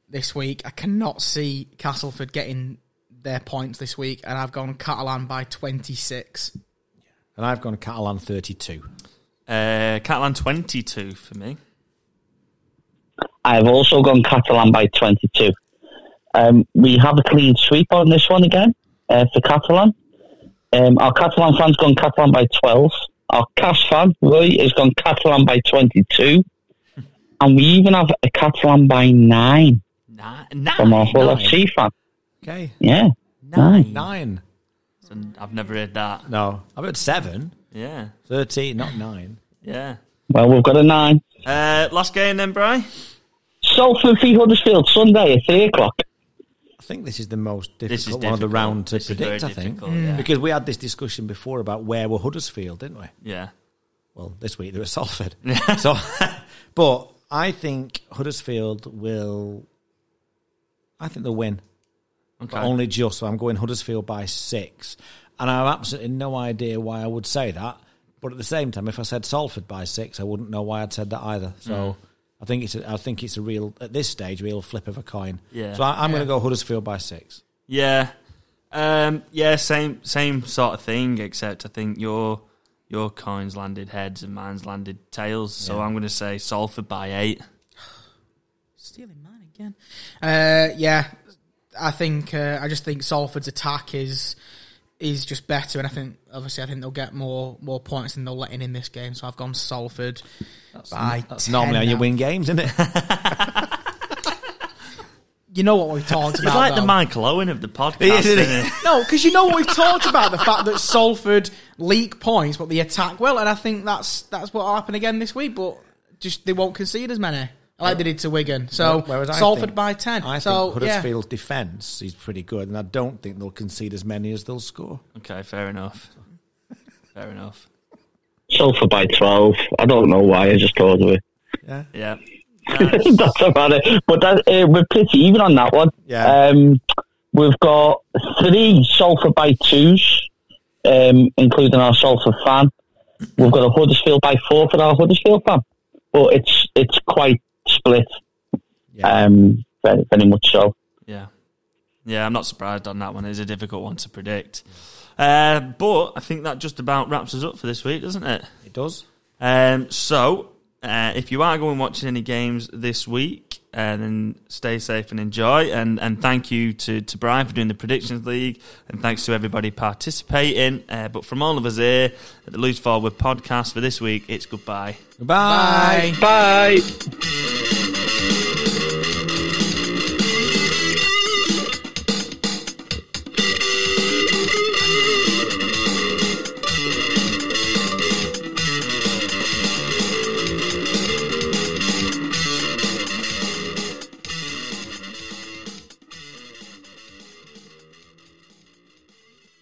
C: this week. I cannot see Castleford getting their points this week, and I've gone Catalan by twenty six.
B: And I've gone Catalan 32.
A: Uh, Catalan 22 for me.
I: I have also gone Catalan by 22. Um, we have a clean sweep on this one again uh, for Catalan. Um, our Catalan fan's gone Catalan by 12. Our Cas fan, Roy, has gone Catalan by 22. And we even have a Catalan by 9
A: Nine.
I: from our
A: Nine.
I: whole
B: Nine.
I: FC fan.
B: Okay.
I: Yeah.
A: Nine.
B: Nine.
A: And I've never heard that.
B: No. I've had seven.
A: Yeah.
B: 13, not nine.
A: Yeah.
I: Well, we've got a 9.
A: Uh, last game then, Bry?
I: Salford v Huddersfield, Sunday at 3 o'clock.
B: I think this is the most difficult,
A: This is
B: one of the
A: difficult.
B: round to
A: This is
B: predict, I
A: very
B: think.
A: difficult, yeah.
B: Because we had this discussion before about where were Huddersfield, didn't we?
A: Yeah.
B: Well, this week they're at
A: [LAUGHS]
B: Salford. so, [LAUGHS] but I think Huddersfield will. I think they'll win,
A: Okay.
B: but only just. So I'm going Huddersfield by six, and I have absolutely no idea why I would say that. But at the same time, if I said Salford by six, I wouldn't know why I'd said that either. So
A: Mm.
B: I think it's a, I think it's a real at this stage real flip of a coin.
A: Yeah.
B: So I, I'm going to go Huddersfield by six.
A: Yeah, um, yeah, same same sort of thing. Except I think your your coins landed heads and mine's landed tails. So I'm going to say Salford by eight.
C: Stealing mine again. Uh, yeah, I think uh, I just think Salford's attack is is just better, and I think obviously I think they'll get more more points than they'll let in in this game. So I've gone Salford by
B: That's
C: 10
B: normally how you
C: now.
B: win games, isn't
C: [LAUGHS]
B: it?
C: You know what
B: [LAUGHS]
C: we've talked
A: It's
C: about.
A: like the
C: though.
A: Michael Owen [LAUGHS] of the podcast.
B: It is, isn't
A: isn't it?
C: No, because you know what we've talked about the fact that Salford leak points, but they attack well, and I think that's that's what will happen again this week. But just they won't concede as many
B: Oh.
C: like they did to Wigan. So
B: Whereas I
C: Salford
B: think-
C: by ten.
B: I
C: so
B: think
C: yeah.
B: Huddersfield's defence is pretty good, and I don't think they'll concede as many as they'll score.
A: Okay, fair enough. Fair enough.
I: Salford by 12. I don't know why, I just thought of it. [LAUGHS]
B: Yeah,
A: Yeah. Uh,
I: That's about it. But that, uh, we're pretty even on that one.
B: Yeah.
I: Um, we've got three Salford by twos, um, including our Salford fan. We've got a Huddersfield by four for our Huddersfield fan, but it's it's quite split.
B: Yeah.
I: Um, very, very much so.
A: Yeah. Yeah, I'm not surprised on that one. It's a difficult one to predict. Uh, but I think that just about wraps us up for this week, doesn't it?
B: it does.
A: Um, so, uh, if you are going watching any games this week, uh, then stay safe and enjoy. And, and thank you to, to Brian for doing the Predictions League, and thanks to everybody participating. Uh, but from all of us here at the Loose Forward podcast for this week, it's goodbye.
B: Bye.
C: Bye.
I: Bye.